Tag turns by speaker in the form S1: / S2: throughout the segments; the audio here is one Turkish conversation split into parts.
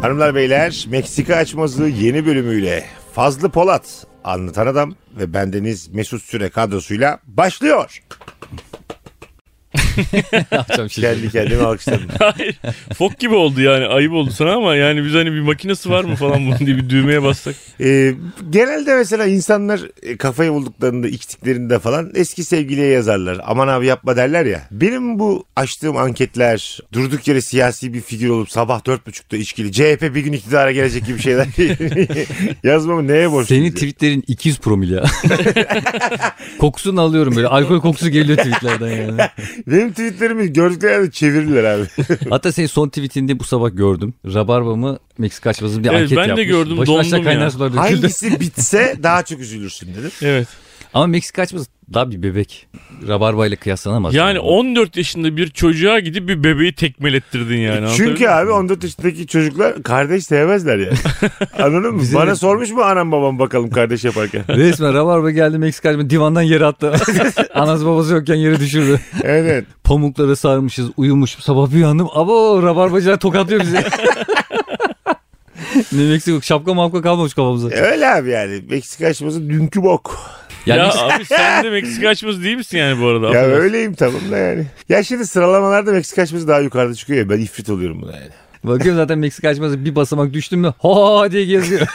S1: Hanımlar beyler Meksika açması yeni bölümüyle Fazlı Polat anlatan adam ve bendeniz Mesut Süre kadrosuyla başlıyor.
S2: Akşam
S3: şey
S2: şişe.
S1: Kendi kendime alkışladım.
S3: Hayır. Fok gibi oldu yani. Ayıp oldu sana ama yani biz hani bir makinesi var mı falan bunun diye bir düğmeye bassak.
S1: Ee, genelde mesela insanlar e, kafayı bulduklarında içtiklerinde falan eski sevgiliye yazarlar. Aman abi yapma derler ya. Benim bu açtığım anketler durduk yere siyasi bir figür olup sabah dört buçukta içkili CHP bir gün iktidara gelecek gibi şeyler yazmamı neye borçluyum?
S2: Senin tweetlerin 200 promil ya. Kokusunu alıyorum böyle. Alkol kokusu geliyor tweetlerden yani.
S1: Benim tweetlerimi gördükleri yerde çevirirler abi.
S2: Hatta senin son tweetinde bu sabah gördüm. Rabarba mı Meksika açmasın diye
S3: Evet,
S2: anket
S3: ben de
S2: yapmış.
S3: gördüm,
S2: Başına aşağı
S3: dondum
S2: kaynar
S3: ya.
S2: sular döküldü.
S1: Hangisi bitse daha çok üzülürsün dedim.
S3: Evet.
S2: Ama Meksika açması daha bir bebek. Rabarba ile kıyaslanamaz.
S3: Yani 14 yaşında bir çocuğa gidip bir bebeği tekmelettirdin yani.
S1: E, Çünkü
S3: anlatabiliyor
S1: abi 14 yaşındaki çocuklar kardeş sevmezler yani. Anladın mı?
S2: Bizim
S1: Bana
S2: de-
S1: sormuş mu anam babam bakalım kardeş yaparken?
S2: Resmen Rabarba geldi Meksika açması divandan yere attı. Anası babası yokken yere düşürdü.
S1: evet.
S2: Pamuklara sarmışız uyumuş sabah bir uyandım. Abo rabarbacılar tokatlıyor bizi. ne Meksika şapka mapka kalmamış kafamıza.
S1: Öyle abi yani. Meksika açması dünkü bok.
S3: Ya
S2: Yani
S3: abi sen de Meksika açması değil misin yani bu arada?
S1: Ya öyleyim tamam da yani. Ya şimdi sıralamalarda Meksika açması daha yukarıda çıkıyor ya. Ben ifrit oluyorum buna yani.
S2: Bakıyorum zaten Meksika açması bir basamak düştüm mü ho diye geziyor.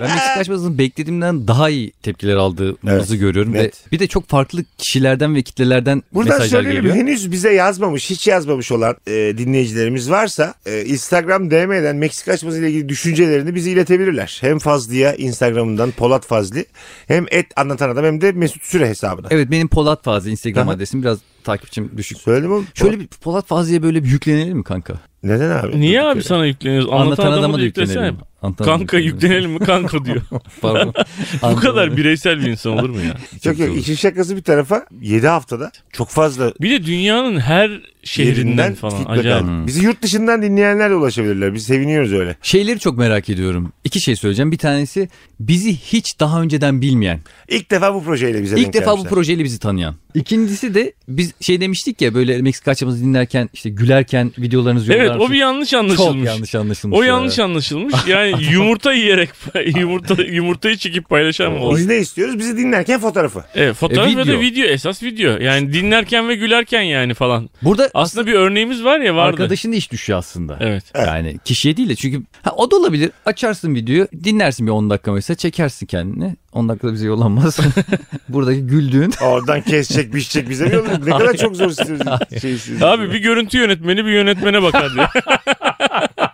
S2: ben Meksika açmasının beklediğimden daha iyi tepkiler aldığımızı görüyorum.
S1: net.
S2: Ve bir de çok farklı kişilerden ve kitlelerden
S1: Buradan
S2: mesajlar
S1: söyleyelim
S2: geliyor.
S1: henüz bize yazmamış hiç yazmamış olan e, dinleyicilerimiz varsa e, Instagram DM'den Meksika açması ile ilgili düşüncelerini bize iletebilirler. Hem Fazlı'ya Instagram'dan Polat Fazlı hem et anlatan adam hem de Mesut Süre hesabına.
S2: Evet benim Polat Fazlı Instagram
S1: Aha.
S2: adresim biraz takipçim düşük.
S1: Söyledim oğlum.
S2: Şöyle bir Polat Fazlı'ya böyle bir yüklenelim mi kanka?
S1: Neden abi?
S3: Niye
S1: Durduk
S3: abi
S1: yere.
S3: sana yükleniyoruz? Anlatan,
S2: Anlatan,
S3: adamı
S2: adama da
S3: yüklesene.
S2: yüklenelim. Anlatan adama
S3: Kanka
S2: da
S3: yüklenelim mi? Kanka diyor.
S2: Pardon.
S3: bu kadar bireysel bir insan olur mu ya?
S1: Çok yok. İşin şakası bir tarafa 7 haftada çok fazla
S3: Bir de dünyanın her şehrinden
S1: yerinden
S3: falan.
S1: feedback
S3: Acayip.
S1: aldık. Bizi yurt dışından dinleyenler de ulaşabilirler. Biz seviniyoruz öyle.
S2: Şeyleri çok merak ediyorum. İki şey söyleyeceğim. Bir tanesi bizi hiç daha önceden bilmeyen.
S1: İlk defa bu projeyle bize
S2: ilk
S1: denk
S2: defa bu
S1: gelmişler.
S2: projeyle bizi tanıyan. İkincisi de biz şey demiştik ya böyle Meksika açımızı dinlerken işte gülerken videolarınızı
S3: Evet
S2: yollar
S3: o bir yanlış
S2: Çok
S3: anlaşılmış.
S2: yanlış anlaşılmış.
S3: O
S2: ya.
S3: yanlış anlaşılmış. Yani yumurta yiyerek yumurta yumurtayı çekip paylaşan mı olur?
S1: Biz ne istiyoruz? Bizi dinlerken fotoğrafı.
S3: Evet, fotoğraf
S2: E,
S3: ve
S2: video.
S3: de video esas video. Yani dinlerken ve gülerken yani falan.
S2: Burada
S3: Aslında bir örneğimiz var ya vardı.
S2: arkadaşın iş düşüyor aslında.
S3: Evet.
S2: Yani kişiye değil de çünkü ha, o da olabilir. Açarsın videoyu dinlersin bir 10 dakika mesela çekersin kendini. 10 dakikada bize yollanmaz. Buradaki güldüğün
S1: Oradan kesecek, biçecek bize mi yolluyor? Ne kadar çok zor istiyoruz. şey istiyoruz.
S3: Abi bir görüntü yönetmeni bir yönetmene bakar diyor.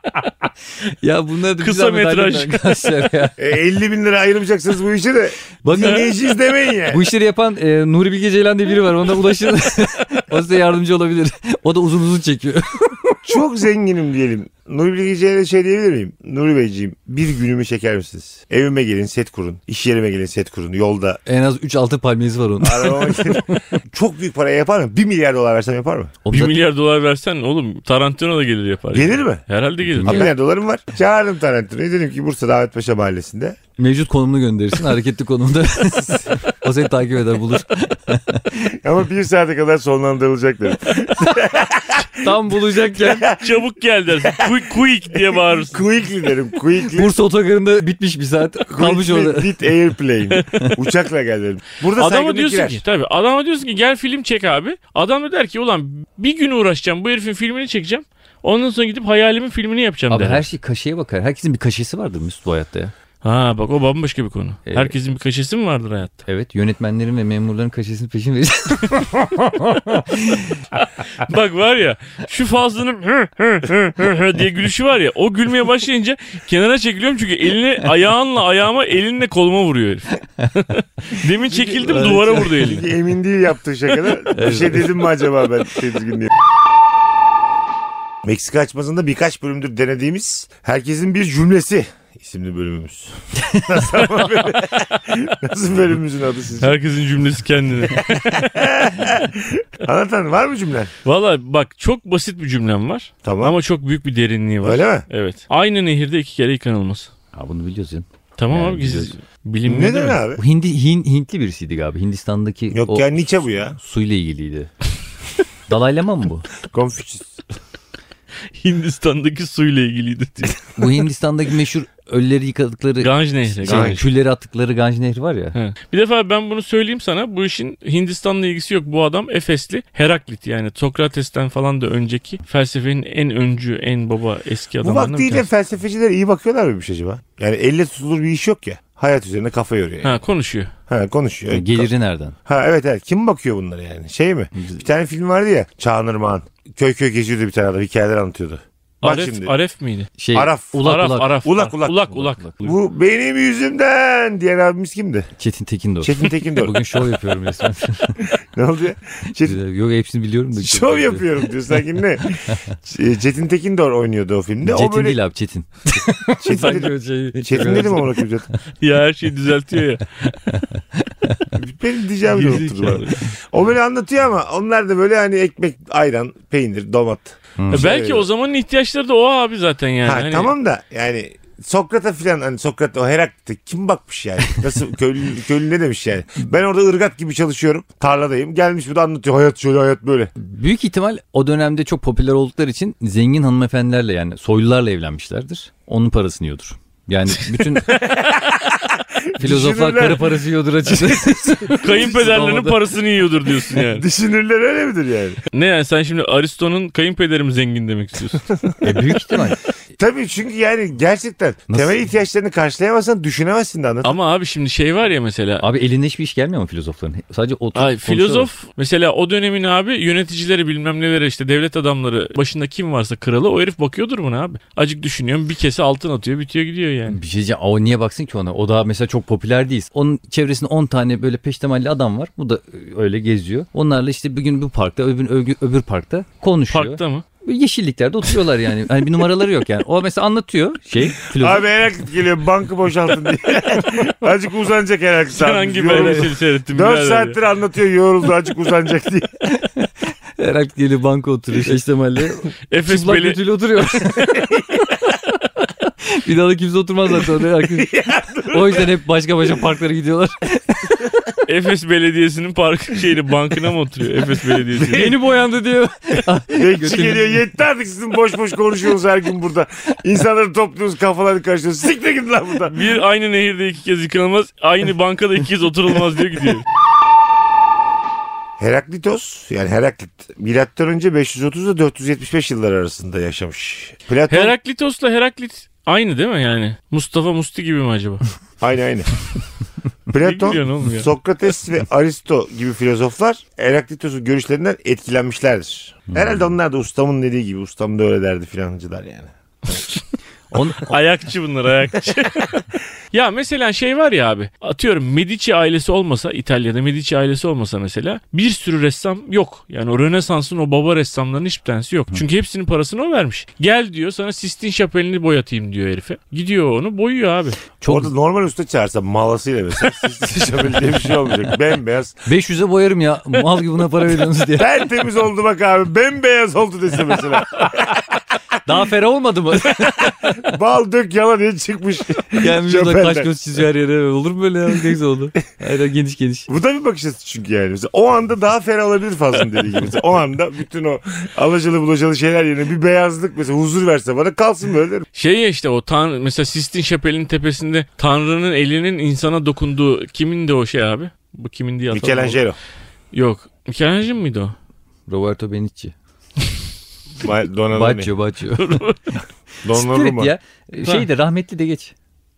S2: ya bunlar da bir
S3: Kısa
S2: zahmet
S3: metraj.
S2: halledin arkadaşlar ya.
S1: E, 50 bin lira ayırmayacaksınız bu işe de
S2: Bakın
S1: dinleyiciyiz demeyin yani.
S2: Bu işleri yapan e, Nuri Bilge Ceylan diye biri var. Ona ulaşın. o size yardımcı olabilir. O da uzun uzun çekiyor.
S1: Çok zenginim diyelim. Nuri Bilge Ceylan'a şey diyebilir miyim? Nuri Beyciğim bir günümü çeker misiniz? Evime gelin set kurun. İş yerime gelin set kurun. Yolda.
S2: en az 3-6 palmiyesi var onun.
S1: Arabama gelin. çok büyük paraya yapar mı? 1 milyar dolar versem yapar mı?
S2: O
S3: 1
S2: zaten-
S3: milyar dolar versen oğlum Tarantino da gelir yapar.
S1: Gelir mi?
S3: Herhalde gelir.
S1: Bir milyar dolarım var. Çağırdım Tarantino'yu. Dedim ki Bursa Davetpaşa Mahallesi'nde.
S2: Mevcut konumunu gönderirsin. Hareketli konumda. o seni takip eder bulur.
S1: Ama bir saate kadar sonlandırılacak dedim.
S2: Tam bulacakken
S3: Çabuk gel dersin. Quick, quick diye bağırırsın.
S1: Quickly derim. Quickly.
S2: Bursa otogarında bitmiş bir saat. Kalmış
S1: Quickly
S2: orada.
S1: Did airplane. Uçakla gel derim. Burada
S3: Adama
S1: saygınlık
S3: diyorsun
S1: girer.
S3: ki tabii adama diyorsun ki gel film çek abi. Adam da der ki ulan bir gün uğraşacağım bu herifin filmini çekeceğim. Ondan sonra gidip hayalimin filmini yapacağım
S2: Abi
S3: der.
S2: her şey kaşeye bakar. Herkesin bir kaşesi vardır Mesut bu hayatta ya.
S3: Ha bak o bambaşka bir konu.
S2: Evet.
S3: Herkesin bir kaşesi mi vardır hayatta?
S2: Evet yönetmenlerin ve memurların kaşesinin peşin verir.
S3: bak var ya şu fazlının hı hı hı hı hı diye gülüşü var ya o gülmeye başlayınca kenara çekiliyorum çünkü elini ayağınla ayağıma elinle koluma vuruyor herif. Demin çekildim duvara vurdu elini.
S1: Çünkü emin değil yaptığı şakada. bir şey dedim mi acaba ben tedirgin diye. Meksika açmasında birkaç bölümdür denediğimiz Herkesin Bir Cümlesi isimli bölümümüz. Nasıl, ama böyle- Nasıl bölümümüzün adı sizce?
S3: Herkesin cümlesi kendine.
S1: Anlatan var mı cümlen?
S3: Valla bak çok basit bir cümlem var
S1: Tamam.
S3: ama çok büyük bir derinliği var.
S1: Öyle mi?
S3: Evet. Aynı nehirde iki kere yıkanılması.
S2: Ha bunu biliyoruz canım.
S3: Tamam
S2: Yani
S3: abi siz
S2: biliyoruz.
S3: bilim ne
S1: Neden
S3: demek?
S1: abi?
S2: Bu Hindi, Hin- Hintli birisiydi abi. Hindistan'daki
S1: Yok
S2: o
S1: ya Nietzsche bu ya.
S2: suyla ilgiliydi. Dalai Lama mı bu?
S1: Confucius.
S3: Hindistan'daki suyla ilgiliydi diyor.
S2: Bu Hindistan'daki meşhur ölüleri yıkadıkları,
S3: Ganj Nehri.
S2: şey,
S3: Ganj.
S2: külleri attıkları Ganj Nehri var ya.
S3: He. Bir defa ben bunu söyleyeyim sana. Bu işin Hindistan'la ilgisi yok. Bu adam Efesli. Heraklit yani Sokrates'ten falan da önceki felsefenin en öncü, en baba eski
S1: Bu
S3: adamlarından bir
S1: vaktiyle
S3: tanesi.
S1: felsefeciler iyi bakıyorlar mıymış acaba? Yani elle tutulur bir iş yok ya. Hayat üzerine kafa yoruyor.
S3: Ha konuşuyor.
S1: Ha, konuşuyor.
S2: Geliri nereden?
S1: Ha evet evet. Kim bakıyor bunlara yani? Şey mi? Bir tane film vardı ya. Çağınırmağan. Köy köy geziyordu bir tane adam. Hikayeler anlatıyordu. Bak
S3: Aref,
S1: şimdi.
S3: Aref miydi?
S2: Şey,
S1: Araf.
S2: Ulak
S3: Araf,
S2: ulak.
S3: Araf.
S1: Ulak, ulak.
S3: Ulak ulak.
S1: Bu benim yüzümden diyen abimiz kimdi?
S2: Çetin Tekindor.
S1: Çetin Tekindor.
S2: Bugün şov yapıyorum resmen.
S1: ne oldu ya? Çetin,
S2: Yok hepsini biliyorum da.
S1: şov yapıyorum diyor sanki ne? Ç- Çetin Tekindor oynuyordu o filmde.
S2: Çetin
S1: o böyle,
S2: değil abi Çetin.
S1: Çetin, dedim, Çetin
S2: şey.
S1: dedim ama onu
S3: Ya her şeyi düzeltiyor ya.
S1: Benim diyeceğimi de unuttum.
S3: Gerizekalı.
S1: ben. O böyle anlatıyor ama onlar da böyle hani ekmek, ayran, peynir, domat.
S3: Ya Belki
S1: Şey-
S3: o zamanın ihtiyaçları da o abi zaten yani.
S1: ha,
S3: Hani-
S1: Tamam da yani Sokrat'a filan hani Sokrat o Heraklit'e kim bakmış yani? Nasıl köylü, köylü ne demiş yani? Ben orada ırgat gibi çalışıyorum. Tarladayım. Gelmiş bu da anlatıyor. Hayat şöyle hayat böyle.
S2: Büyük ihtimal o dönemde çok popüler oldukları için zengin hanımefendilerle yani soylularla evlenmişlerdir. Onun parasını yiyordur. Yani bütün filozoflar
S1: Düşünürler.
S2: karı parası yiyordur açıkçası.
S3: Kayınpederlerinin
S2: Olmadı.
S3: parasını yiyordur diyorsun yani.
S1: Düşünürler öyle midir yani?
S3: ne yani sen şimdi Aristo'nun kayınpederi mi zengin demek istiyorsun?
S2: e, büyük ihtimal.
S1: Tabii çünkü yani gerçekten
S2: Nasıl?
S1: temel ihtiyaçlarını karşılayamazsan düşünemezsin de anlat.
S3: Ama abi şimdi şey var ya mesela.
S2: Abi elinde hiçbir iş gelmiyor mu filozofların? Sadece otur.
S3: Ay
S2: konuşuyorlar.
S3: filozof mesela o dönemin abi yöneticileri bilmem nelere işte devlet adamları başında kim varsa kralı o herif bakıyordur buna abi. Acık düşünüyorum bir kese altın atıyor bitiyor gidiyor yani.
S2: Bir şey diyeceğim. Aa, niye baksın ki ona? O da mesela çok popüler değil. Onun çevresinde 10 tane böyle peştemalli adam var. Bu da öyle geziyor. Onlarla işte bir gün bu parkta, öbür, öbür, öbür parkta konuşuyor.
S3: Parkta mı?
S2: Böyle Yeşilliklerde oturuyorlar yani. Hani bir numaraları yok yani. O mesela anlatıyor şey filozof.
S1: Abi Heraklit geliyor bankı boşaltın diye. Azıcık uzanacak Heraklit.
S3: Sen
S1: abi.
S3: hangi
S1: Yoruldu.
S3: belgeseli
S1: Dört
S3: seyrettin? birader ya?
S1: saattir anlatıyor yoruldu azıcık uzanacak diye.
S2: Herhalde geliyor banka oturuyor peştemalli.
S3: Efes
S2: Çıplak
S3: beli.
S2: götüyle oturuyor. bir daha da kimse oturmaz zaten oraya. o yüzden hep başka başka parklara gidiyorlar.
S3: Efes Belediyesi'nin park şeyini bankına mı oturuyor? Efes Belediyesi'nin.
S2: Yeni boyandı diyor.
S1: Bekçi
S2: Götünü-
S1: geliyor yetti artık sizin boş boş konuşuyorsunuz her gün burada. İnsanları topluyorsunuz kafalarını karıştırıyorsunuz. Siktir gidin lan buradan.
S3: Bir aynı nehirde iki kez yıkanılmaz, aynı bankada iki kez oturulmaz diyor gidiyor.
S1: Heraklitos yani Heraklit milattan önce 530 ile 475 yıllar arasında yaşamış. Platon
S3: Heraklitos'la Heraklit aynı değil mi yani? Mustafa Musti gibi mi acaba?
S1: aynı aynı.
S3: Ne
S1: Platon,
S3: gülüyorsun oğlum ya?
S1: Sokrates ve Aristo gibi filozoflar Heraklitos'un görüşlerinden etkilenmişlerdir. Herhalde onlar da ustamın dediği gibi ustam da öyle derdi filancılar yani.
S2: On,
S3: Ayakçı bunlar ayakçı. ya mesela şey var ya abi. Atıyorum Medici ailesi olmasa İtalya'da Medici ailesi olmasa mesela bir sürü ressam yok. Yani o Rönesans'ın o baba ressamlarının hiçbir tanesi yok. Çünkü hepsinin parasını o vermiş. Gel diyor sana Sistine Şapeli'ni boyatayım diyor herife. Gidiyor onu boyuyor abi.
S2: çok
S1: Orada normal usta çağırsa malasıyla mesela siz şöyle diye bir şey olmayacak. Bembeyaz
S2: 500'e boyarım ya. Mal gibi buna para veriyorsunuz diye.
S1: Tertemiz oldu bak abi. Bembeyaz oldu dese mesela.
S2: Daha ferah olmadı mı?
S1: Bal dök yala diye çıkmış.
S2: Gelmiş o da
S1: Şöpelden.
S2: kaş göz çiziyor her yere. Olur mu böyle ya? Ne güzel oldu. Aynen geniş geniş.
S1: Bu da bir bakış açısı çünkü yani. Mesela o anda daha ferah olabilir fazla dediği gibi. Mesela o anda bütün o alacalı bulacalı şeyler yerine bir beyazlık mesela huzur verse bana kalsın böyle derim.
S3: Şey ya işte o tanrı mesela Sistine Şapeli'nin tepesinde tanrının elinin insana dokunduğu kimin de o şey abi? Bu kimin diye atalım.
S1: Michelangelo.
S3: Yok. Michelangelo mıydı o?
S2: Roberto Benici.
S1: Ma- Donadoni.
S2: Baccio Baccio. Spirit
S1: Donnarumma.
S2: ya. Şey de rahmetli de geç.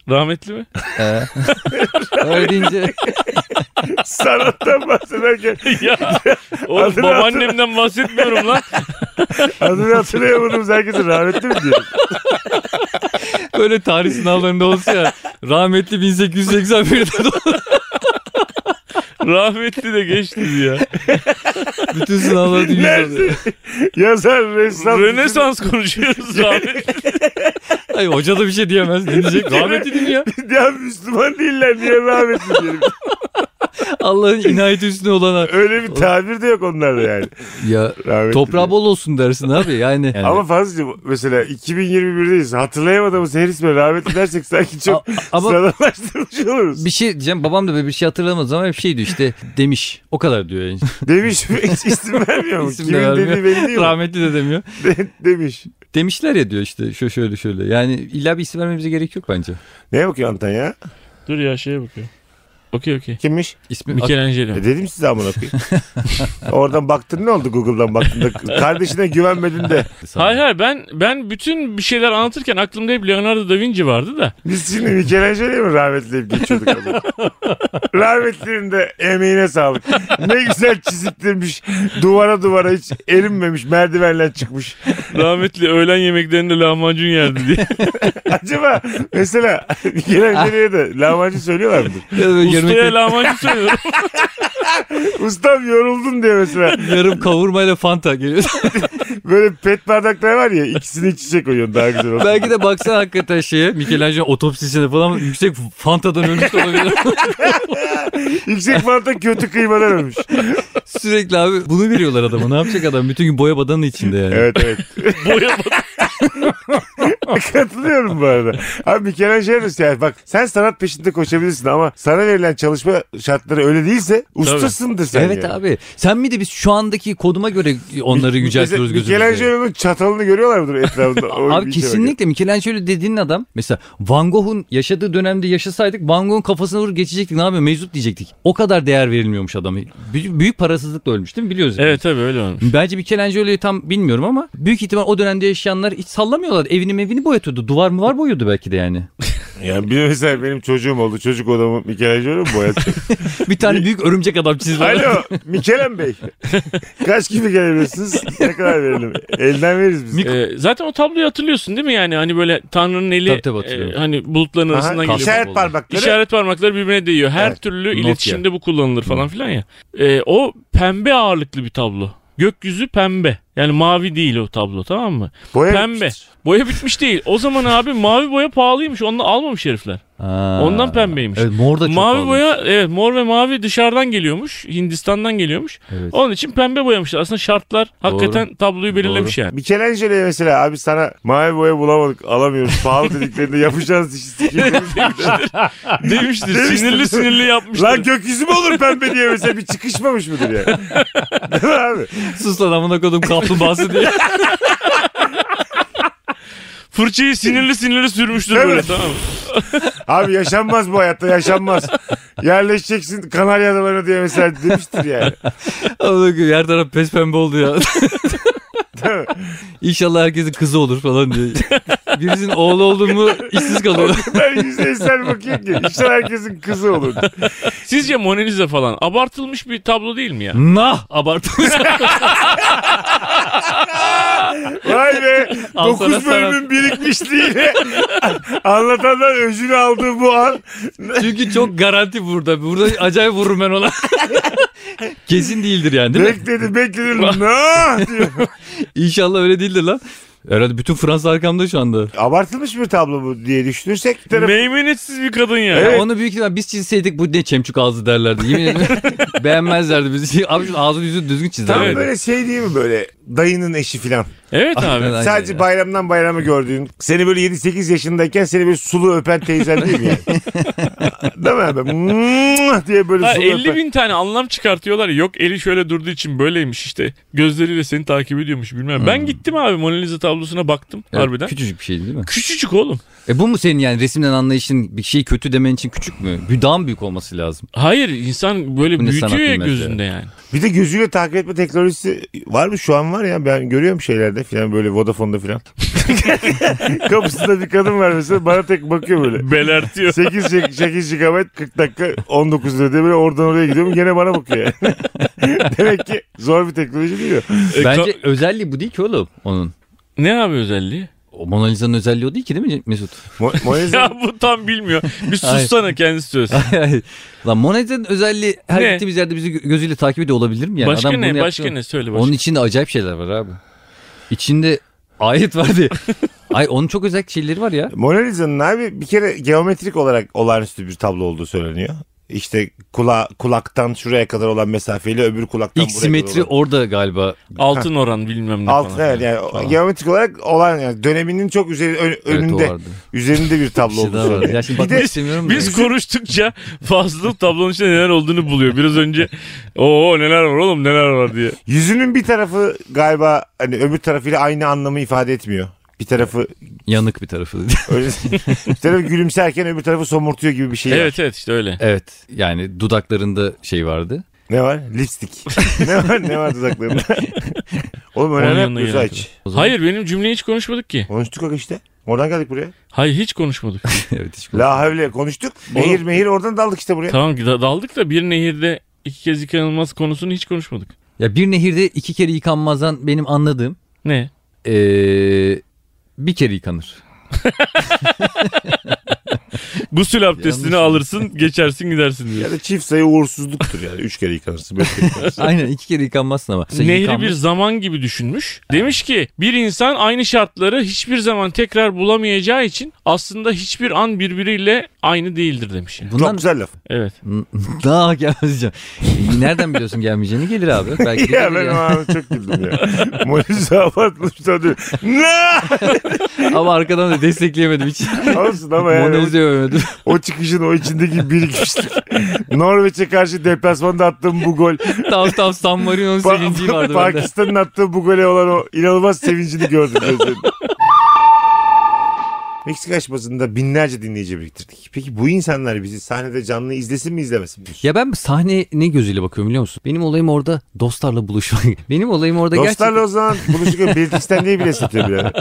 S3: Rahmetli mi?
S2: Ee, Öyle deyince
S1: Sanattan bahsederken
S3: ya oğlum
S1: Adını
S3: babaannemden bahsetmiyorum lan.
S1: adını hatırlayamadığımız herkesin rahmetli mi diyor.
S2: böyle tarih sınavlarında olsa ya. Rahmetli 1881'de doğdu.
S3: Rahmetli de geçti ya.
S2: bütün sınavlarda yüz alıyor.
S1: Nerede? Yazar, ressam.
S3: Rönesans konuşuyoruz rahmetli.
S2: Ay hoca da bir şey diyemez. Ne diyecek? Rahmetli değil mi ya?
S1: Ya Müslüman değiller diye rahmetli diyelim.
S2: Allah'ın inayeti üstüne olana.
S1: Öyle bir tabir de yok onlarda yani.
S2: Ya
S1: Rahmetli diye.
S2: toprağı bol olsun dersin abi yani. yani
S1: Ama fazla mesela 2021'deyiz. Hatırlayamadığımız her isme rahmetli dersek sanki çok
S2: A- ama-
S1: sıradanlaştırmış oluruz.
S2: bir şey diyeceğim babam da böyle bir şey hatırlamaz ama hep şey diyor işte demiş. O kadar diyor yani.
S1: Demiş hiç isim vermiyor mu?
S2: İsim de
S1: Kimin
S2: vermiyor.
S1: dediği belli değil mi?
S2: Rahmetli de demiyor.
S1: De- Demiş.
S2: Demişler ya diyor işte şu şöyle şöyle. Yani illa bir isim vermemize gerek yok bence.
S1: Neye bakıyor Antalya?
S3: Dur ya şeye bakıyor. Okey okey.
S1: Kimmiş?
S2: İsmi
S3: Michelangelo.
S1: E dedim size amına koyayım. Oradan baktın ne oldu Google'dan baktın da kardeşine güvenmedin de.
S3: Hayır hayır ben ben bütün bir şeyler anlatırken aklımda hep Leonardo da Vinci vardı da.
S1: Biz şimdi Michelangelo'yu mu rahmetleyip geçiyorduk? amına? Rahmetlinin de emeğine sağlık. Ne güzel çiziktirmiş. Duvara duvara hiç erinmemiş. Merdivenle çıkmış.
S3: Rahmetli öğlen yemeklerinde lahmacun yerdi diye.
S1: Acaba mesela
S2: Ah.
S1: Michelangelo'ya da lahmacun söylüyorlar mıdır?
S3: Ustaya lahmacun söylüyorum.
S1: Ustam yoruldun diye mesela.
S2: yarım kavurmayla fanta geliyor.
S1: Böyle pet bardaklar var ya ikisini iç içe koyuyorsun daha güzel olur.
S2: Belki de baksana hakikaten şeye Michelangelo otopsisine falan yüksek fantadan ölmüş de olabilir.
S1: Yüksek fanta kötü kıymadan ölmüş.
S2: Sürekli abi bunu veriyorlar adama. Ne yapacak adam? Bütün gün boya badanın içinde yani.
S1: Evet evet.
S3: Boya
S1: Katılıyorum bu arada. Abi Michelangelo yani bak sen sanat peşinde koşabilirsin ama sana verilen çalışma şartları öyle değilse ustasındır sen.
S2: Evet
S1: yani.
S2: abi. Sen miydi biz şu andaki koduma göre onları yüceltiyoruz gözümüzde?
S1: Michelangelo'nun çatalını görüyorlar mıdır etrafında? O
S2: Abi
S1: bir şey bakıyor.
S2: kesinlikle Michelangelo dediğin adam mesela Van Gogh'un yaşadığı dönemde yaşasaydık Van Gogh'un kafasına vurup geçecektik ne yapıyor meczup diyecektik. O kadar değer verilmiyormuş adamı. Büyük, büyük parasızlıkla ölmüş değil mi biliyoruz.
S3: evet tabii öyle olmuş.
S2: Bence Michelangelo'yu tam bilmiyorum ama büyük ihtimal o dönemde yaşayanlar hiç sallamıyorlar. Evini mevini boyatıyordu. Duvar mı var boyuyordu belki de yani.
S1: Yani bir mesela benim çocuğum oldu. Çocuk odamı Michelangelo mu boyatacak?
S2: Bir tane büyük örümcek adam çizdi.
S1: Alo Michelen Bey. Kaç gibi gelebilirsiniz? Ne kadar verelim? Elden veririz biz.
S3: Ee, zaten o tabloyu hatırlıyorsun değil mi yani hani böyle Tanrı'nın eli
S2: Tabii, tabii hatırlıyorum.
S3: e, hani bulutların
S1: Aha,
S3: arasından geliyor.
S1: işaret
S2: oldu.
S1: parmakları.
S3: İşaret parmakları birbirine değiyor. Her
S1: Evet.
S3: türlü
S2: Nokia.
S3: iletişimde bu kullanılır falan filan ya. Ee, o pembe ağırlıklı bir tablo. Gökyüzü pembe. Yani mavi değil o tablo tamam mı?
S1: Boya
S3: Pembe. Boya bitmiş değil. O zaman abi mavi boya pahalıymış. Onu da almamış herifler.
S2: Aa.
S3: Ondan pembeymiş.
S2: Evet mor da çok
S3: mavi
S2: pahalı.
S3: boya evet mor ve mavi dışarıdan geliyormuş. Hindistan'dan geliyormuş.
S2: Evet.
S3: Onun için pembe boyamışlar. Aslında şartlar hakikaten tabloyu belirlemiş yani.
S1: Michelangelo'ya mesela abi sana mavi boya bulamadık alamıyoruz pahalı dediklerinde yapacağınız işi sikeyim.
S3: Demiştir.
S1: Demiştir.
S3: sinirli sinirli yapmışlar.
S1: Lan gökyüzü mü olur pembe diye mesela bir çıkışmamış mıdır yani? Değil mi abi?
S2: Sus lan amına kodum kaplumbağası diye.
S3: Fırçayı sinirli sinirli sürmüştür böyle
S1: Evet.
S3: tamam mı?
S1: Abi yaşanmaz bu hayatta yaşanmaz. Yerleşeceksin Kanarya Adaları'na diye mesela demiştir yani.
S2: Amına kodum, Her taraf pes pembe oldu ya.
S1: Değil mi?
S2: İnşallah herkesin kızı olur falan diye. Birisinin oğlu oldu mu işsiz kalıyor.
S1: Ben yüzeysel bakıyorum ki. İşte herkesin kızı olur.
S3: Sizce Mona Lisa falan abartılmış bir tablo değil mi ya?
S2: nah abartmış.
S1: Vay be.
S2: Al
S1: 9
S2: sana
S1: bölümün birikmişliğiyle anlatandan öcünü aldığı bu an.
S2: Çünkü çok garanti burada. Burada acayip vururum ben ona. Kesin değildir yani değil mi?
S1: Bekledi bekledi. Ne diyor.
S2: İnşallah öyle değildir lan. Herhalde bütün Fransa arkamda şu anda.
S1: Abartılmış bir tablo bu diye düşünürsek. bir tarafı-
S3: Meymenetsiz bir kadın ya.
S2: Ya onu büyük ihtimal biz çizseydik bu ne çemçük ağzı derlerdi. Yemin ederim beğenmezlerdi bizi. Abi şu ağzı yüzü düzgün çizer.
S1: Tam
S3: Evet.
S1: böyle şey değil mi böyle dayının eşi filan.
S3: Evet abi.
S2: Aynen,
S1: Sadece
S2: aynen.
S1: bayramdan bayrama gördüğün, seni böyle 7-8 yaşındayken seni böyle sulu öpen teyzen değil mi yani? değil mi abi? Mwah diye böyle
S3: Ha,
S1: sulu
S3: 50
S1: öpen.
S3: bin tane anlam çıkartıyorlar. ya. Yok eli şöyle durduğu için böyleymiş işte. Gözleriyle seni takip ediyormuş bilmem. Ben gittim abi Mona Lisa tablosuna baktım
S2: Hmm. Evet,
S3: harbiden.
S2: Küçücük bir şey değil mi?
S3: Küçücük oğlum.
S2: E bu mu senin yani resimden anlayışın bir şeyi kötü demen için küçük mü? Bir daha mı büyük olması lazım?
S3: Hayır insan böyle
S2: Bu ne sanat
S3: büyütüyor ya
S2: bilmez
S3: gözünde yani.
S1: Bir de gözüyle takip etme teknolojisi var mı? Şu an var ya ben görüyorum şeylerde filan böyle Vodafone'da filan. Kapısında bir kadın var mesela bana tek bakıyor böyle.
S3: Belertiyor.
S1: 8, 8 GB 40 dakika 19 lira diye böyle oradan oraya gidiyorum gene bana bakıyor yani. Demek ki zor bir teknoloji değil mi?
S3: E,
S2: Bence
S3: ka-
S2: özelliği bu değil ki oğlum onun.
S3: ne abi özelliği?
S2: O Mona Lisa'nın özelliği o değil ki değil mi Mesut?
S1: Mo- Mona Lisa-
S3: Ya bu tam bilmiyor. Bir sussana kendisi söylesin.
S2: Lan Mona Lisa'nın özelliği her
S3: Ne?
S2: gittiğimiz yerde bizi gö- gözüyle takip ediyor olabilir mi? Yani
S3: başka
S2: Adam
S3: ne?
S2: bunu
S3: Başka
S2: yapıyor.
S3: ne? Söyle başka.
S2: Onun içinde acayip şeyler var abi. İçinde ayet var diye. Ay onun çok özel şeyleri var ya.
S1: Mona Lisa'nın abi bir kere geometrik olarak olağanüstü bir tablo olduğu söyleniyor. İşte kula, kulaktan şuraya kadar olan mesafeyle öbür kulaktan
S2: İlk
S1: buraya
S2: simetri
S1: kadar olan.
S2: orada galiba.
S3: Altın oran bilmem ne
S1: Alt,
S3: falan.
S1: evet yani geometrik olarak olan yani döneminin çok üzeri, ö-
S2: Evet, o
S1: önünde
S2: vardı.
S1: üzerinde bir
S2: Bir
S1: tablo
S2: şey
S1: olduğu
S2: daha var.
S1: söyleniyor.
S2: Ya şimdi
S1: Bir
S2: bakmak
S1: de
S2: istemiyorum. da.
S3: Biz konuştukça Fazıl tablonun içinde neler olduğunu buluyor. Biraz önce o neler var oğlum neler var diye.
S1: yüzünün bir tarafı galiba hani öbür tarafıyla aynı anlamı ifade etmiyor. Bir tarafı
S2: Yanık bir tarafı.
S1: öyle, bir tarafı gülümserken öbür tarafı somurtuyor gibi bir şey var.
S3: Evet evet işte öyle.
S2: evet yani dudaklarında şey vardı.
S1: Ne var? Lipstick. ne var? Ne var dudaklarında? Oğlum
S3: Onun
S1: önemli
S3: yanına
S1: yapıyoruz
S3: gerek
S1: aç.
S2: O zaman-
S3: Hayır benim cümleyi hiç konuşmadık ki.
S1: Konuştuk aga işte. Oradan geldik buraya.
S3: Hayır hiç konuşmadık.
S2: evet hiç
S1: La havle konuştuk. Mehir mehir oradan daldık işte buraya.
S3: tamam da- daldık da bir nehirde iki kez yıkanılmaz konusunu hiç konuşmadık.
S2: Ya bir nehirde iki kere yıkanmazdan benim anladığım
S3: Ne?
S2: ee, bir kere yıkanır.
S3: Gusül abdestini
S2: Yanlış.
S3: alırsın geçersin gidersin diye.
S1: Ya da çift sayı uğursuzluktur yani. Üç kere yıkanırsın. Beş kere yıkanırsın.
S2: Aynen iki kere yıkanmazsın ama. Mesela
S3: Nehri
S2: yıkanmış-
S3: bir zaman gibi düşünmüş. Demiş ki bir insan aynı şartları hiçbir zaman tekrar bulamayacağı için aslında hiçbir an birbiriyle aynı değildir demiş. yani.
S1: Çok
S2: Bundan
S1: güzel laf.
S3: Evet.
S2: daha gelmeyeceğim. Nereden biliyorsun gelmeyeceğini gelir abi. Belki de
S1: Ya
S2: gelir
S1: ben
S2: yani.
S1: abi çok güldüm ya. Molise abartmış da diyor. Ne?
S2: Ama arkadan da destekleyemedim hiç.
S1: Olsun ama yani.
S2: Monezi övmedim.
S1: O, o çıkışın o içindeki birikmişlik. Norveç'e karşı deplasmanda attığım bu gol.
S2: tam tam San Marino'nun
S1: Pa-
S2: sevinci vardı bende.
S1: Pakistan'ın attığı bu gole olan o inanılmaz sevincini gördüm gözlerinde. Meksika açmasında binlerce dinleyici biriktirdik. Peki bu insanlar bizi sahnede canlı izlesin mi izlemesin mi?
S2: Ya ben sahne ne gözüyle bakıyorum biliyor musun? Benim olayım orada dostlarla buluşmak. Benim olayım orada
S1: Dostlarla
S2: gerçekten.
S1: o zaman buluşurken Belkis'ten diye bile satıyor bile.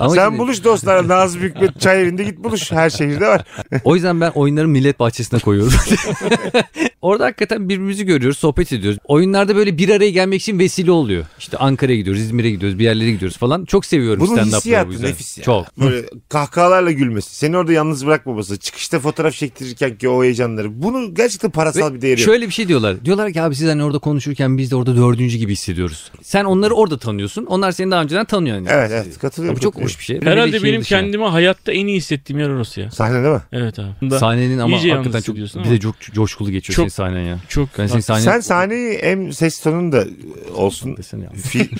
S2: Ama
S1: Sen
S2: şimdi-
S1: buluş dostlarla Nazım Hikmet çay evinde git buluş. Her şehirde var.
S2: O yüzden ben oyunları millet bahçesine koyuyorum. Orada hakikaten birbirimizi görüyoruz, sohbet ediyoruz. Oyunlarda böyle bir araya gelmek için vesile oluyor. İşte Ankara'ya gidiyoruz, İzmir'e gidiyoruz, bir yerlere gidiyoruz falan. Çok seviyorum
S1: Bunun
S2: stand-up'ları
S1: hissiyatı
S2: bu yüzden.
S1: nefis ya.
S2: Çok.
S1: Böyle kahkahalarla gülmesi. Seni orada yalnız bırakmaması. Çıkışta fotoğraf çektirirken ki o heyecanları. Bunu gerçekten parasal
S2: Ve
S1: bir değeri yok.
S2: şöyle bir şey diyorlar. Diyorlar ki abi siz hani orada konuşurken biz de orada dördüncü gibi hissediyoruz. Sen onları orada tanıyorsun. Onlar seni daha önceden tanıyor. Yani.
S1: Evet evet katılıyorum.
S2: Bu çok
S1: katılıyorum.
S2: hoş bir şey. Böyle bir
S3: Herhalde
S2: şehir
S3: benim
S2: dışı yani.
S3: kendime hayatta en iyi hissettiğim yer orası ya.
S1: Sahne değil mi?
S3: Evet abi. Da-
S2: Sahnenin ama
S3: İyice yalnız
S2: hakikaten çok,
S3: hissediyorsun
S2: bir
S3: ama.
S2: de çok coşkulu geçiyor
S3: Çok-
S2: senin sahnen ya.
S3: çok
S2: Ben senin sahnen...
S1: Sen sahneyi hem ses tonun da e, olsun.
S2: Desene ya.
S1: Fi-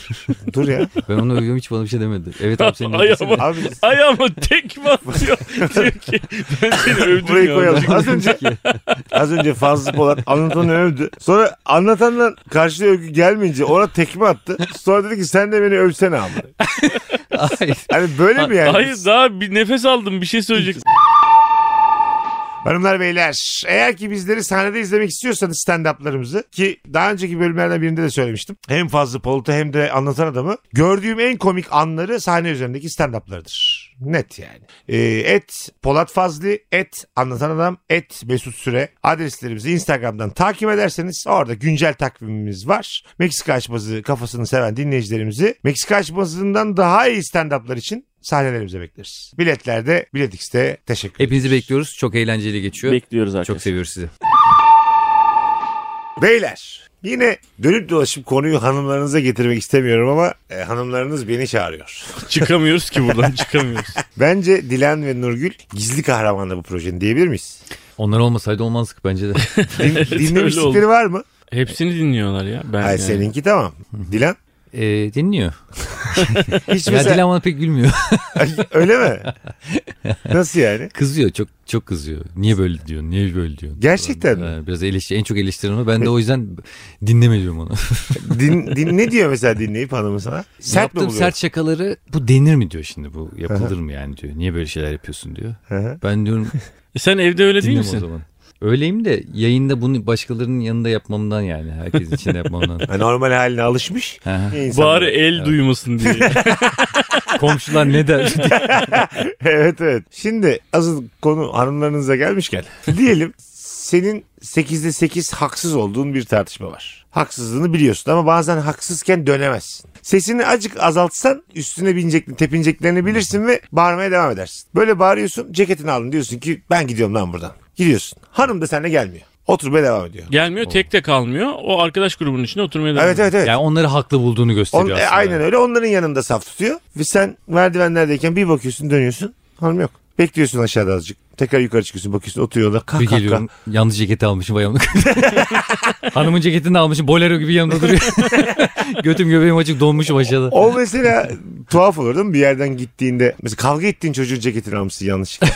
S1: Dur ya.
S2: Ben onu övüyorum hiç bana bir şey demedi. Evet abi senin
S3: Ayağıma,
S1: Abi
S3: ayağıma tekme atıyor. Diyor ki ben seni övdüm
S1: burayı
S3: ya.
S1: koyalım.
S2: şey
S1: Az önce az önce Fazlı Polat anlatanı övdü. Sonra anlatanla karşı övgü gelmeyince ona tekme attı. Sonra dedi ki sen de beni övsene abi.
S2: Hayır.
S1: Hani böyle mi yani?
S3: Hayır daha bir nefes aldım bir şey söyleyeceksin.
S1: Hanımlar beyler eğer ki bizleri sahnede izlemek istiyorsanız stand-up'larımızı ki daha önceki bölümlerden birinde de söylemiştim. Hem Fazlı Polat'ı hem de anlatan adamı gördüğüm en komik anları sahne üzerindeki stand-up'larıdır. Net yani. Ee, et Polat Fazlı, et anlatan adam, et Mesut Süre adreslerimizi Instagram'dan takip ederseniz orada güncel takvimimiz var. Meksika açmazı kafasını seven dinleyicilerimizi Meksika açmazından daha iyi stand-up'lar için sahnelerimize bekleriz. Biletlerde, Bilet X'te teşekkür
S2: Hepinizi bekliyoruz. Çok eğlenceli geçiyor.
S3: Bekliyoruz artık.
S2: Çok seviyoruz sizi.
S1: Beyler yine dönüp dolaşıp konuyu hanımlarınıza getirmek istemiyorum ama e, hanımlarınız beni çağırıyor.
S3: Çıkamıyoruz ki buradan çıkamıyoruz.
S1: Bence Dilan ve Nurgül gizli kahramanı bu projenin diyebilir miyiz?
S2: Onlar olmasaydı olmazdık bence de.
S1: Din,
S3: öyle
S1: dinlemişlikleri
S3: oldu.
S1: var mı?
S3: Hepsini dinliyorlar ya. Ben
S1: Hayır
S3: yani.
S1: seninki tamam. Dilan
S2: Ee, dinliyor.
S1: hiç
S2: Ya
S1: mesela
S2: Dilan bana pek gülmüyor.
S1: öyle mi? Nasıl yani?
S2: kızıyor çok çok kızıyor. Niye böyle diyorsun? Niye böyle diyorsun?
S1: Gerçekten mi?
S2: Ee, Biraz eleştiri, en çok eleştiren o. Ben de o yüzden dinlemiyorum onu.
S1: Din, din, ne diyor mesela dinleyip hanımı sana? Sert mi
S2: Yaptığım
S1: buluyor?
S2: sert şakaları bu denir mi diyor şimdi bu yapılır mı yani diyor. Niye böyle şeyler yapıyorsun diyor.
S1: Hı hı.
S2: Ben diyorum
S3: E Sen evde öyle değil
S2: dinlem o
S3: misin?
S2: zaman. Öyleyim de yayında bunu başkalarının yanında yapmamdan yani herkesin içinde yapmamdan.
S1: Ha, Normal haline alışmış.
S2: Hı hı.
S1: Niye insan-
S3: Bari el duymasın diye.
S2: Komşular ne der?
S1: evet evet. Şimdi asıl konu hanımlarınıza gelmişken. Diyelim senin 8'de 8 haksız olduğun bir tartışma var. Haksızlığını biliyorsun ama bazen haksızken dönemezsin. Sesini acık azaltsan üstüne bineceklerini, tepineceklerini bilirsin ve bağırmaya devam edersin. Böyle bağırıyorsun ceketini aldın diyorsun ki ben gidiyorum lan buradan. Gidiyorsun. Hanım da seninle gelmiyor. Oturmaya devam ediyor.
S3: Gelmiyor tek de kalmıyor. O arkadaş grubunun içinde oturmaya devam
S1: Evet evet evet.
S2: Yani onları haklı bulduğunu
S1: On,
S2: gösteriyor
S1: e,
S2: aslında.
S1: aynen öyle. Onların yanında saf tutuyor. Ve sen merdivenlerdeyken bir bakıyorsun dönüyorsun. Hanım yok. Bekliyorsun aşağıda azıcık. Tekrar yukarı çıkıyorsun bakıyorsun oturuyor da
S2: Bir
S1: kah kah kah.
S2: geliyorum yanlış ceketi almışım vay amına koyayım. Hanımın ceketini de almışım bolero gibi yanımda duruyor. Götüm göbeğim açık donmuşum aşağıda.
S1: O mesela tuhaf olur değil mi? Bir yerden gittiğinde mesela kavga ettiğin çocuğun ceketini almışsın yanlışlıkla.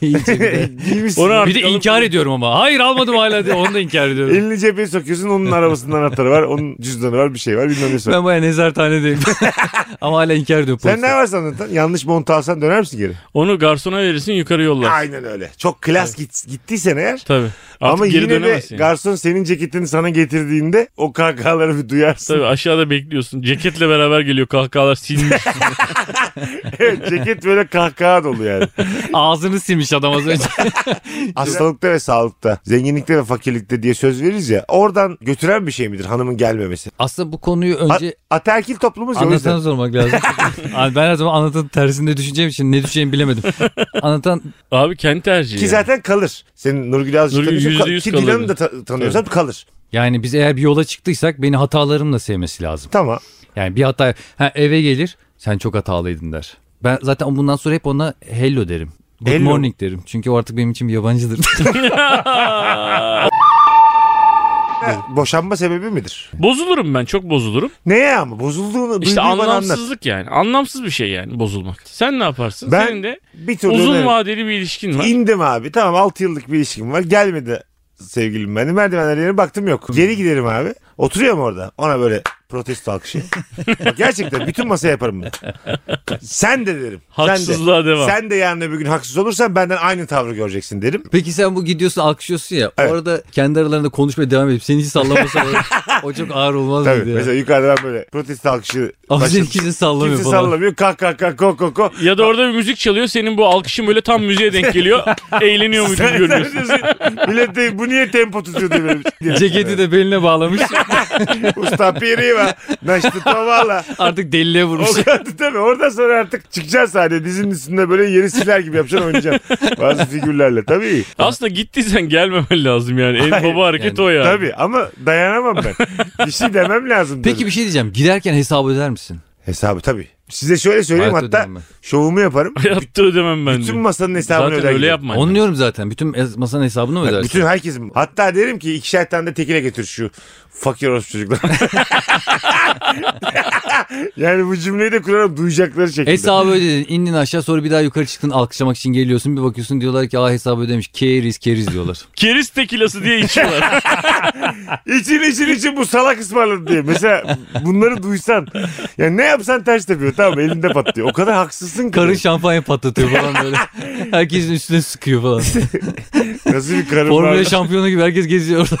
S2: İyice bir de-
S1: Giymişsin.
S3: Onu
S2: bir de inkar ediyorum ama. Hayır almadım hala diye onu da inkar ediyorum.
S1: Elini cebine sokuyorsun onun arabasının anahtarı var. Onun cüzdanı var bir şey var bilmem ne var.
S2: Ben baya nezarethanedeyim. ama hala inkar ediyorum.
S1: Sen
S2: polise.
S1: ne varsa anlatan yanlış mont alsan döner misin geri?
S3: Onu garsona verirsin yukarı yollar.
S1: Aynen öyle. Çok klas git, gittiysen eğer.
S3: Tabii. Artık
S1: Ama
S3: geri
S1: yine de
S3: dönemezsin. yani.
S1: garson senin ceketini sana getirdiğinde o kahkahaları bir duyarsın.
S3: Tabii aşağıda bekliyorsun. Ceketle beraber geliyor kahkahalar silmiş.
S1: evet ceket böyle kahkaha dolu yani.
S2: Ağzını silmiş adam az önce.
S1: Hastalıkta ve sağlıkta, zenginlikte ve fakirlikte diye söz veririz ya. Oradan götüren bir şey midir hanımın gelmemesi?
S2: Aslında bu konuyu
S1: A-
S2: önce
S1: Ataerkil toplumuz ya o yüzden.
S2: anlatana sormak lazım. Abi ben her zaman anlatanın tersinde düşüneceğim için ne düşeceğimi bilemedim. Anlatan
S3: Abi kendi tercihi.
S1: Ki
S3: yani.
S1: zaten kalır. Senin Nurgül Azıcı
S3: Nurgül
S1: tanıyorsan,
S3: yüzde yüz
S1: ki
S3: kalır.
S1: Dilan'ı da ta- tanıyorsan kalır.
S2: yani biz eğer bir yola çıktıysak beni hatalarımla sevmesi lazım.
S1: Tamam.
S2: Yani bir hata ha, eve gelir sen çok hatalıydın der. Ben zaten bundan sonra hep ona hello derim. Good
S1: Hello.
S2: morning derim. Çünkü o artık benim için bir yabancıdır.
S1: Ha, Boşanma sebebi midir?
S3: Bozulurum ben çok bozulurum.
S1: Neye ama? Bozulduğunu
S3: İşte
S1: işte bana anlat.
S3: anlamsızlık yani. Anlamsız bir şey yani bozulmak. Sen ne yaparsın?
S1: Ben
S3: Senin de
S1: bir türlü
S3: uzun
S1: dönerim.
S3: vadeli bir ilişkin var.
S1: İndim abi. Tamam 6 yıllık bir ilişkim var. Gelmedi sevgilim ben de. Merdivenlere yere baktım yok. Geri giderim abi. Oturuyorum orada. Ona böyle protesto alkışı. Bak Gerçekten bütün masa yaparım bunu. Sen de derim.
S3: Haksızlığa
S1: sen de.
S3: devam.
S1: Sen de yarın öbür gün haksız olursan benden aynı tavrı göreceksin derim.
S2: Peki sen bu gidiyorsun alkışlıyorsun ya.
S1: Evet.
S2: Orada kendi aralarında konuşmaya devam edip seni hiç sallamasa o- o çok ağır olmaz
S1: Tabii.
S2: mıydı ya?
S1: Mesela yukarıda ben böyle protesto alkışı
S2: Ama seni
S1: başlatıp-
S2: kimse sallamıyor
S1: Kimse
S2: falan.
S1: sallamıyor. Kah kah kah ko ko ko.
S3: Ya da orada bir müzik çalıyor. Senin bu alkışın böyle tam müziğe denk geliyor. Eğleniyor mu gibi
S1: Sen- sen
S3: görünüyorsun.
S1: diyorsun, Millet de bu niye tempo tutuyor diye böyle- şey
S2: Ceketi de beline bağlamış.
S1: Usta piri var. Naştı tovala.
S2: artık deliliğe vurmuş.
S1: O kadar tabii. Oradan sonra artık çıkacaksın sahneye. Dizinin üstünde böyle yeri siler gibi yapacaksın oynayacaksın. Bazı figürlerle. Tabii.
S3: Aslında gittiysen gelmemen lazım yani. En
S1: Hayır,
S3: baba hareketi
S2: yani.
S3: o yani.
S1: Tabii ama dayanamam ben. bir şey demem lazım.
S2: Peki
S1: dedim.
S2: bir şey diyeceğim. Giderken hesap öder misin?
S1: Hesabı tabii. Size şöyle söyleyeyim hatta
S2: Hayatta ödemem ben.
S1: şovumu yaparım.
S3: Hayatta ödemem ben
S1: Bütün
S3: diyor.
S1: masanın hesabını
S3: Zaten
S1: öder
S3: öyle
S1: giderim.
S3: yapma.
S2: Onu diyorum zaten. Bütün es- masanın hesabını mı ödersin?
S1: Bütün herkesin. Hatta derim ki ikişer tane de tekine getir şu fakir orospu çocuklar. yani bu cümleyi de kurarım duyacakları şekilde.
S2: Hesabı ödedin. indin aşağı sonra bir daha yukarı çıktın alkışlamak için geliyorsun. Bir bakıyorsun diyorlar ki aa hesabı ödemiş. Keriz keriz diyorlar.
S3: Keriz tekilası diye içiyorlar.
S1: İçin için için bu salak ısmarladı diye. Mesela bunları duysan. Yani ne yapsan ters tepiyor tamam mı? elinde patlıyor. O kadar haksızsın ki.
S2: Karın şampanya patlatıyor falan böyle. Herkesin üstüne sıkıyor falan.
S1: Nasıl bir karın
S2: Formula
S1: var?
S2: şampiyonu gibi herkes geziyor orada.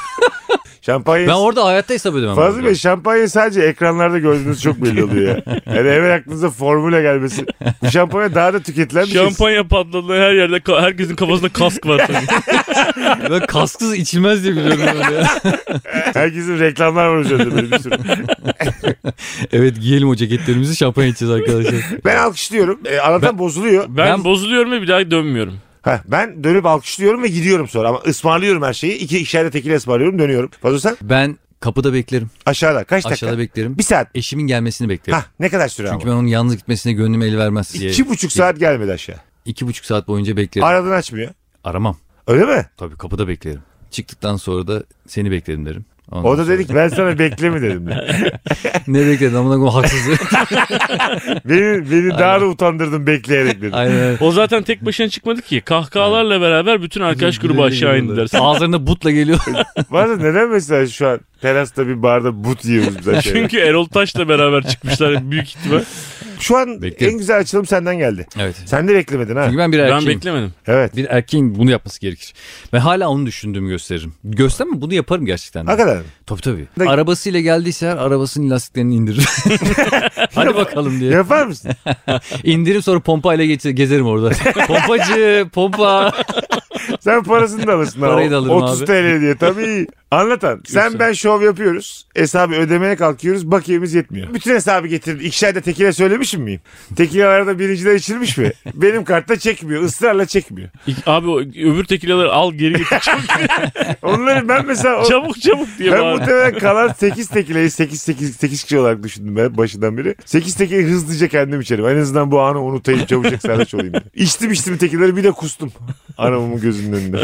S1: şampanya.
S2: Ben orada hayatta hesap ödemem.
S1: Fazıl
S2: abi.
S1: Bey şampanya sadece ekranlarda gördüğünüz çok belli oluyor ya. Yani hemen aklınıza formüle gelmesi. Bu şampanya daha da tüketilen bir şey.
S3: Şampanya patladığı her yerde ka- herkesin kafasında kask var tabii.
S2: Ben kasksız içilmez diye biliyorum ben öyle.
S1: Herkesin reklamlar var üzerinde böyle bir sürü.
S2: evet giyelim o ceketlerimizi şampanya içeceğiz arkadaşlar.
S1: Ben alkışlıyorum. E, anlatan bozuluyor.
S3: Ben,
S2: Ben-
S3: bozuluyorum ve bir daha dönmüyorum.
S1: Ha, ben dönüp alkışlıyorum ve gidiyorum sonra. Ama ısmarlıyorum her şeyi. İki işaret tekil ısmarlıyorum dönüyorum. Fazıl sen
S2: Ben kapıda beklerim.
S1: aşağıda kaç dakika?
S2: Aşağıda beklerim.
S1: Bir saat.
S2: Eşimin gelmesini beklerim.
S1: Ha, ne kadar süre
S2: Çünkü
S1: ama?
S2: ben onun yalnız gitmesine gönlüm el vermez diye.
S1: İki buçuk saat gelmedi aşağı.
S2: İki buçuk saat boyunca beklerim.
S1: Aradan açmıyor.
S2: Aramam.
S1: Öyle mi?
S2: Tabii kapıda beklerim. Çıktıktan sonra da seni beklerim derim. Ondan
S1: O da
S2: sonra-
S1: dedi ki ben sana bekle mi dedim. ben.
S2: Ne bekledin amına koyayım haksız.
S1: beni beni daha da utandırdın bekleyerek dedi.
S2: Aynen. öyle.
S3: O zaten tek başına çıkmadı ki. Kahkahalarla beraber bütün arkadaş grubu aşağı indiler.
S2: Ağzlarında butla geliyor.
S1: Var da neden mesela şu an terasta bir barda but yiyoruz şey? biz aşağıya?
S3: Çünkü Erol Taş'la beraber çıkmışlar büyük ihtimal.
S1: Şu an
S2: Bekliyorum.
S1: en güzel açılım senden geldi.
S2: evet.
S1: Sen de beklemedin ha.
S2: Çünkü ben bir
S3: Ben
S2: erkeğim.
S3: beklemedim.
S1: Evet.
S2: bir erkeğin bunu yapması gerekir. Ve hala onu düşündüğümü gösteririm. Göstermem bunu yaparım gerçekten. de.
S1: Hakikaten.
S2: Tabii tabii.
S1: Da-
S2: Arabasıyla geldiyse her arabasının lastiklerini indirir. Hadi bakalım diye.
S1: Yapar mısın?
S2: İndirim sonra pompayla geç- gezerim orada. Pompacı, pompa.
S1: Sen parasını da alırsın. ha.
S2: Parayı da alırım
S1: 30
S2: abi.
S1: TL diye tabii. Anlatan. Sen
S3: Yoksa-
S1: ben şov yapıyoruz. Hesabı ödemeye kalkıyoruz. Bakiyemiz yetmiyor. Bütün hesabı getirdim. İkişer de tekile söylemişim miyim? Tekile arada birinciden içilmiş mi? Benim kartta çekmiyor. ısrarla çekmiyor.
S3: İk- Abi o öbür tekilaları al geri getir. Çabuk,
S1: Onları ben mesela... o-
S3: çabuk çabuk diye
S1: Ben
S3: bağır.
S1: muhtemelen kalan 8 tekileyi 8 8 8 kişi olarak düşündüm ben başından beri. 8 tekileyi hızlıca kendim içerim. En azından bu anı unutayım çabucak sarhoş olayım. diye. İçtim içtim tekileri bir de kustum. Anamın gözünün önünde.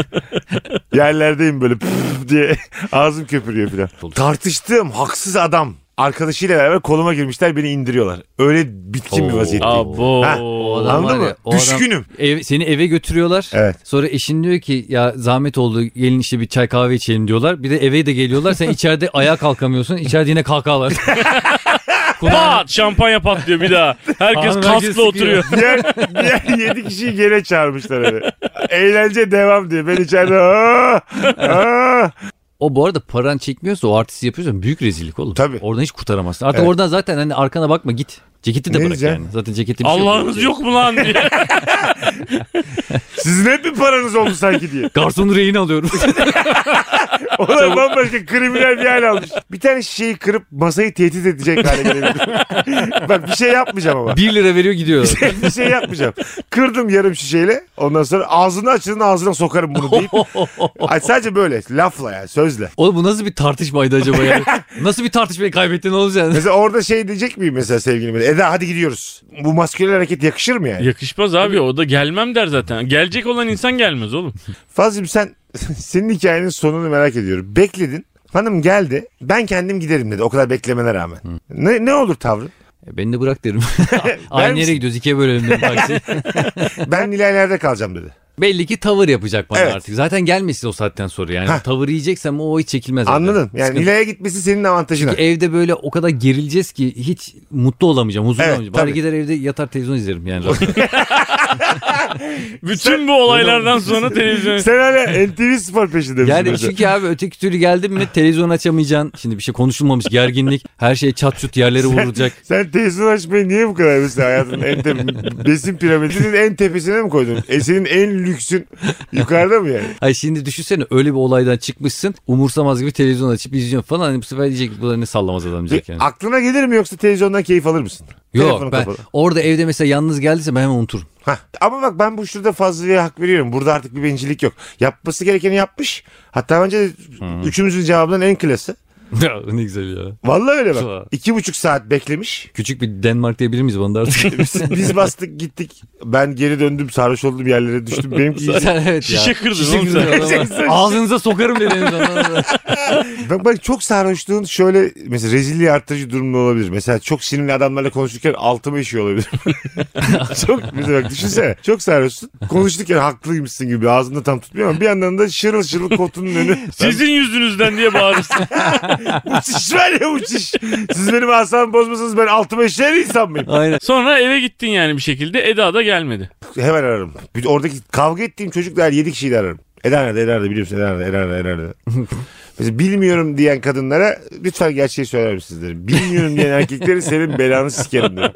S1: Yerlerdeyim böyle püf diye ağzım köpürüyor falan. Tartıştığım haksız adam arkadaşıyla beraber koluma girmişler beni indiriyorlar. Öyle bitkin bir
S2: Oo.
S1: vaziyetteyim.
S3: Abo.
S1: Ha,
S2: O adam
S1: Anladın
S2: var
S1: mı?
S2: ya, o adam-
S1: Düşkünüm.
S2: Ev- seni eve götürüyorlar.
S1: Evet.
S2: Sonra eşin diyor ki ya zahmet oldu gelin işte bir çay kahve içelim diyorlar. Bir de eve de geliyorlar. Sen içeride ayağa kalkamıyorsun. İçeride yine kahkahalar. Kulağına-
S3: Pat şampanya patlıyor bir daha. Herkes
S2: Abi, herkes
S3: kaskla oturuyor.
S1: Diğer, diğer 7 kişiyi gene çağırmışlar eve. Eğlence devam diye. Ben içeride aa, aa.
S2: O bu arada paran çekmiyorsa o artisti yapıyorsan büyük rezillik oğlum.
S1: Tabii.
S2: Oradan hiç kurtaramazsın. Artık
S1: Evet.
S2: oradan zaten hani arkana bakma git. Ceketi de
S1: Ne
S2: bırak
S1: diyeceğim?
S2: yani. Zaten ceketi bir şey yok.
S3: Allah'ınız yok mu lan diye.
S1: Sizin hep bir paranız oldu sanki diye.
S2: Garsonu rehin alıyorum.
S1: Onlar bambaşka kriminal bir hal almış. Bir tane şişeyi kırıp masayı tehdit edecek hale gelebildim. Bak bir şey yapmayacağım ama.
S2: 1 lira veriyor gidiyor.
S1: bir şey yapmayacağım. Kırdım yarım şişeyle. Ondan sonra ağzını açın ağzına sokarım bunu deyip. Ay sadece böyle lafla yani sözle.
S2: Oğlum bu nasıl bir tartışmaydı acaba ya? Nasıl bir tartışmayı kaybettin oğlum sen?
S1: Mesela orada şey diyecek miyim mesela sevgilime? Eda hadi gidiyoruz. Bu maskülen hareket yakışır mı yani?
S3: Yakışmaz abi o da gelmem der zaten. Gelecek olan insan gelmez oğlum.
S1: Fazlım sen senin hikayenin sonunu merak ediyorum. Bekledin. Hanım geldi. Ben kendim giderim dedi. O kadar beklemene rağmen. Ne, ne olur tavrın?
S2: E, Beni de bırak derim. Aynı
S1: misin?
S2: yere gidiyoruz. ikiye bölelim benim taksiyi.
S1: Ben Nilayler'de kalacağım dedi.
S2: Belli ki tavır yapacak bana
S1: Evet.
S2: artık. Zaten gelmesin o saatten sonra yani.
S1: Hah.
S2: Tavır yiyeceksem o hiç çekilmez. zaten.
S1: Anladın. Yani
S2: Sıkıntı.
S1: Nilay'a gitmesi senin avantajına.
S2: Evde böyle o kadar gerileceğiz ki hiç mutlu olamayacağım, huzurlu
S1: Evet,
S2: olamayacağım. Bari
S1: tabii.
S2: gider evde yatar televizyon izlerim yani.
S3: Bütün bu olaylardan sonra televizyon.
S1: Sen hala NTV spor peşinde misin?
S2: Yani
S1: mesela?
S2: çünkü abi öteki türlü geldin mi televizyon açamayacaksın. Şimdi bir şey konuşulmamış gerginlik. Her şey çat çut yerlere vurulacak.
S1: Sen televizyon açmayı niye bu kadar mesela hayatının en tepe- besin piramidinin en tepesine mi koydun? E senin en lüksün yukarıda mı yani?
S2: Ay şimdi düşünsene öyle bir olaydan çıkmışsın. Umursamaz gibi televizyon açıp izliyorsun falan. Hani bu sefer diyecek ki, bu da ne sallamaz adam diyecek yani.
S1: Aklına gelir mi yoksa televizyondan keyif alır mısın?
S2: Yok
S1: Telefonu
S2: ben
S1: kapalı.
S2: orada evde mesela yalnız geldiyse ben hemen unuturum.
S1: Hah. Ama bak ben bu şurada fazlaya hak veriyorum. Burada artık bir bencillik yok. Yapması gerekeni yapmış. Hatta bence de üçümüzün cevabından en klası.
S2: Ya ne güzel ya.
S1: Vallahi öyle
S2: Sağ ol.
S1: bak. İki buçuk saat beklemiş.
S2: Küçük bir Denmark diyebilir miyiz bana da artık?
S1: Biz, biz bastık gittik. Ben geri döndüm sarhoş oldum yerlere düştüm. Benimki
S2: Sen evet ya.
S3: Şişe kırdın
S2: Şişe
S3: oğlum
S2: kırdın
S3: sen.
S2: adama. Ağzınıza sokarım dedi en son.
S1: Bak, bak çok sarhoşluğun şöyle mesela rezilliği arttırıcı durumda olabilir. Mesela çok sinirli adamlarla konuşurken altıma işiyor olabilir. çok mesela bak düşünsene. Çok sarhoşsun. Konuşurken haklıymışsın gibi ağzında tam tutmuyor ama bir yandan da şırıl şırıl kotunun önü.
S3: Sizin yüzünüzden diye bağırırsın.
S1: uçiş var ya uçiş. Siz benim asabımı bozmasanız ben altıma işleyen insan mıyım?
S2: Aynen.
S3: Sonra eve gittin yani bir şekilde. Eda da gelmedi.
S1: Hemen ararım. Bir de oradaki kavga ettiğim çocuklar 7 kişiyi de ararım. Eda nerede, Eda nerede biliyorsun, Eda nerede, Eda nerede, Eda nerede. Mesela bilmiyorum diyen kadınlara lütfen gerçeği söyler misiniz derim. Bilmiyorum diyen erkekleri senin belanı sikerim derim.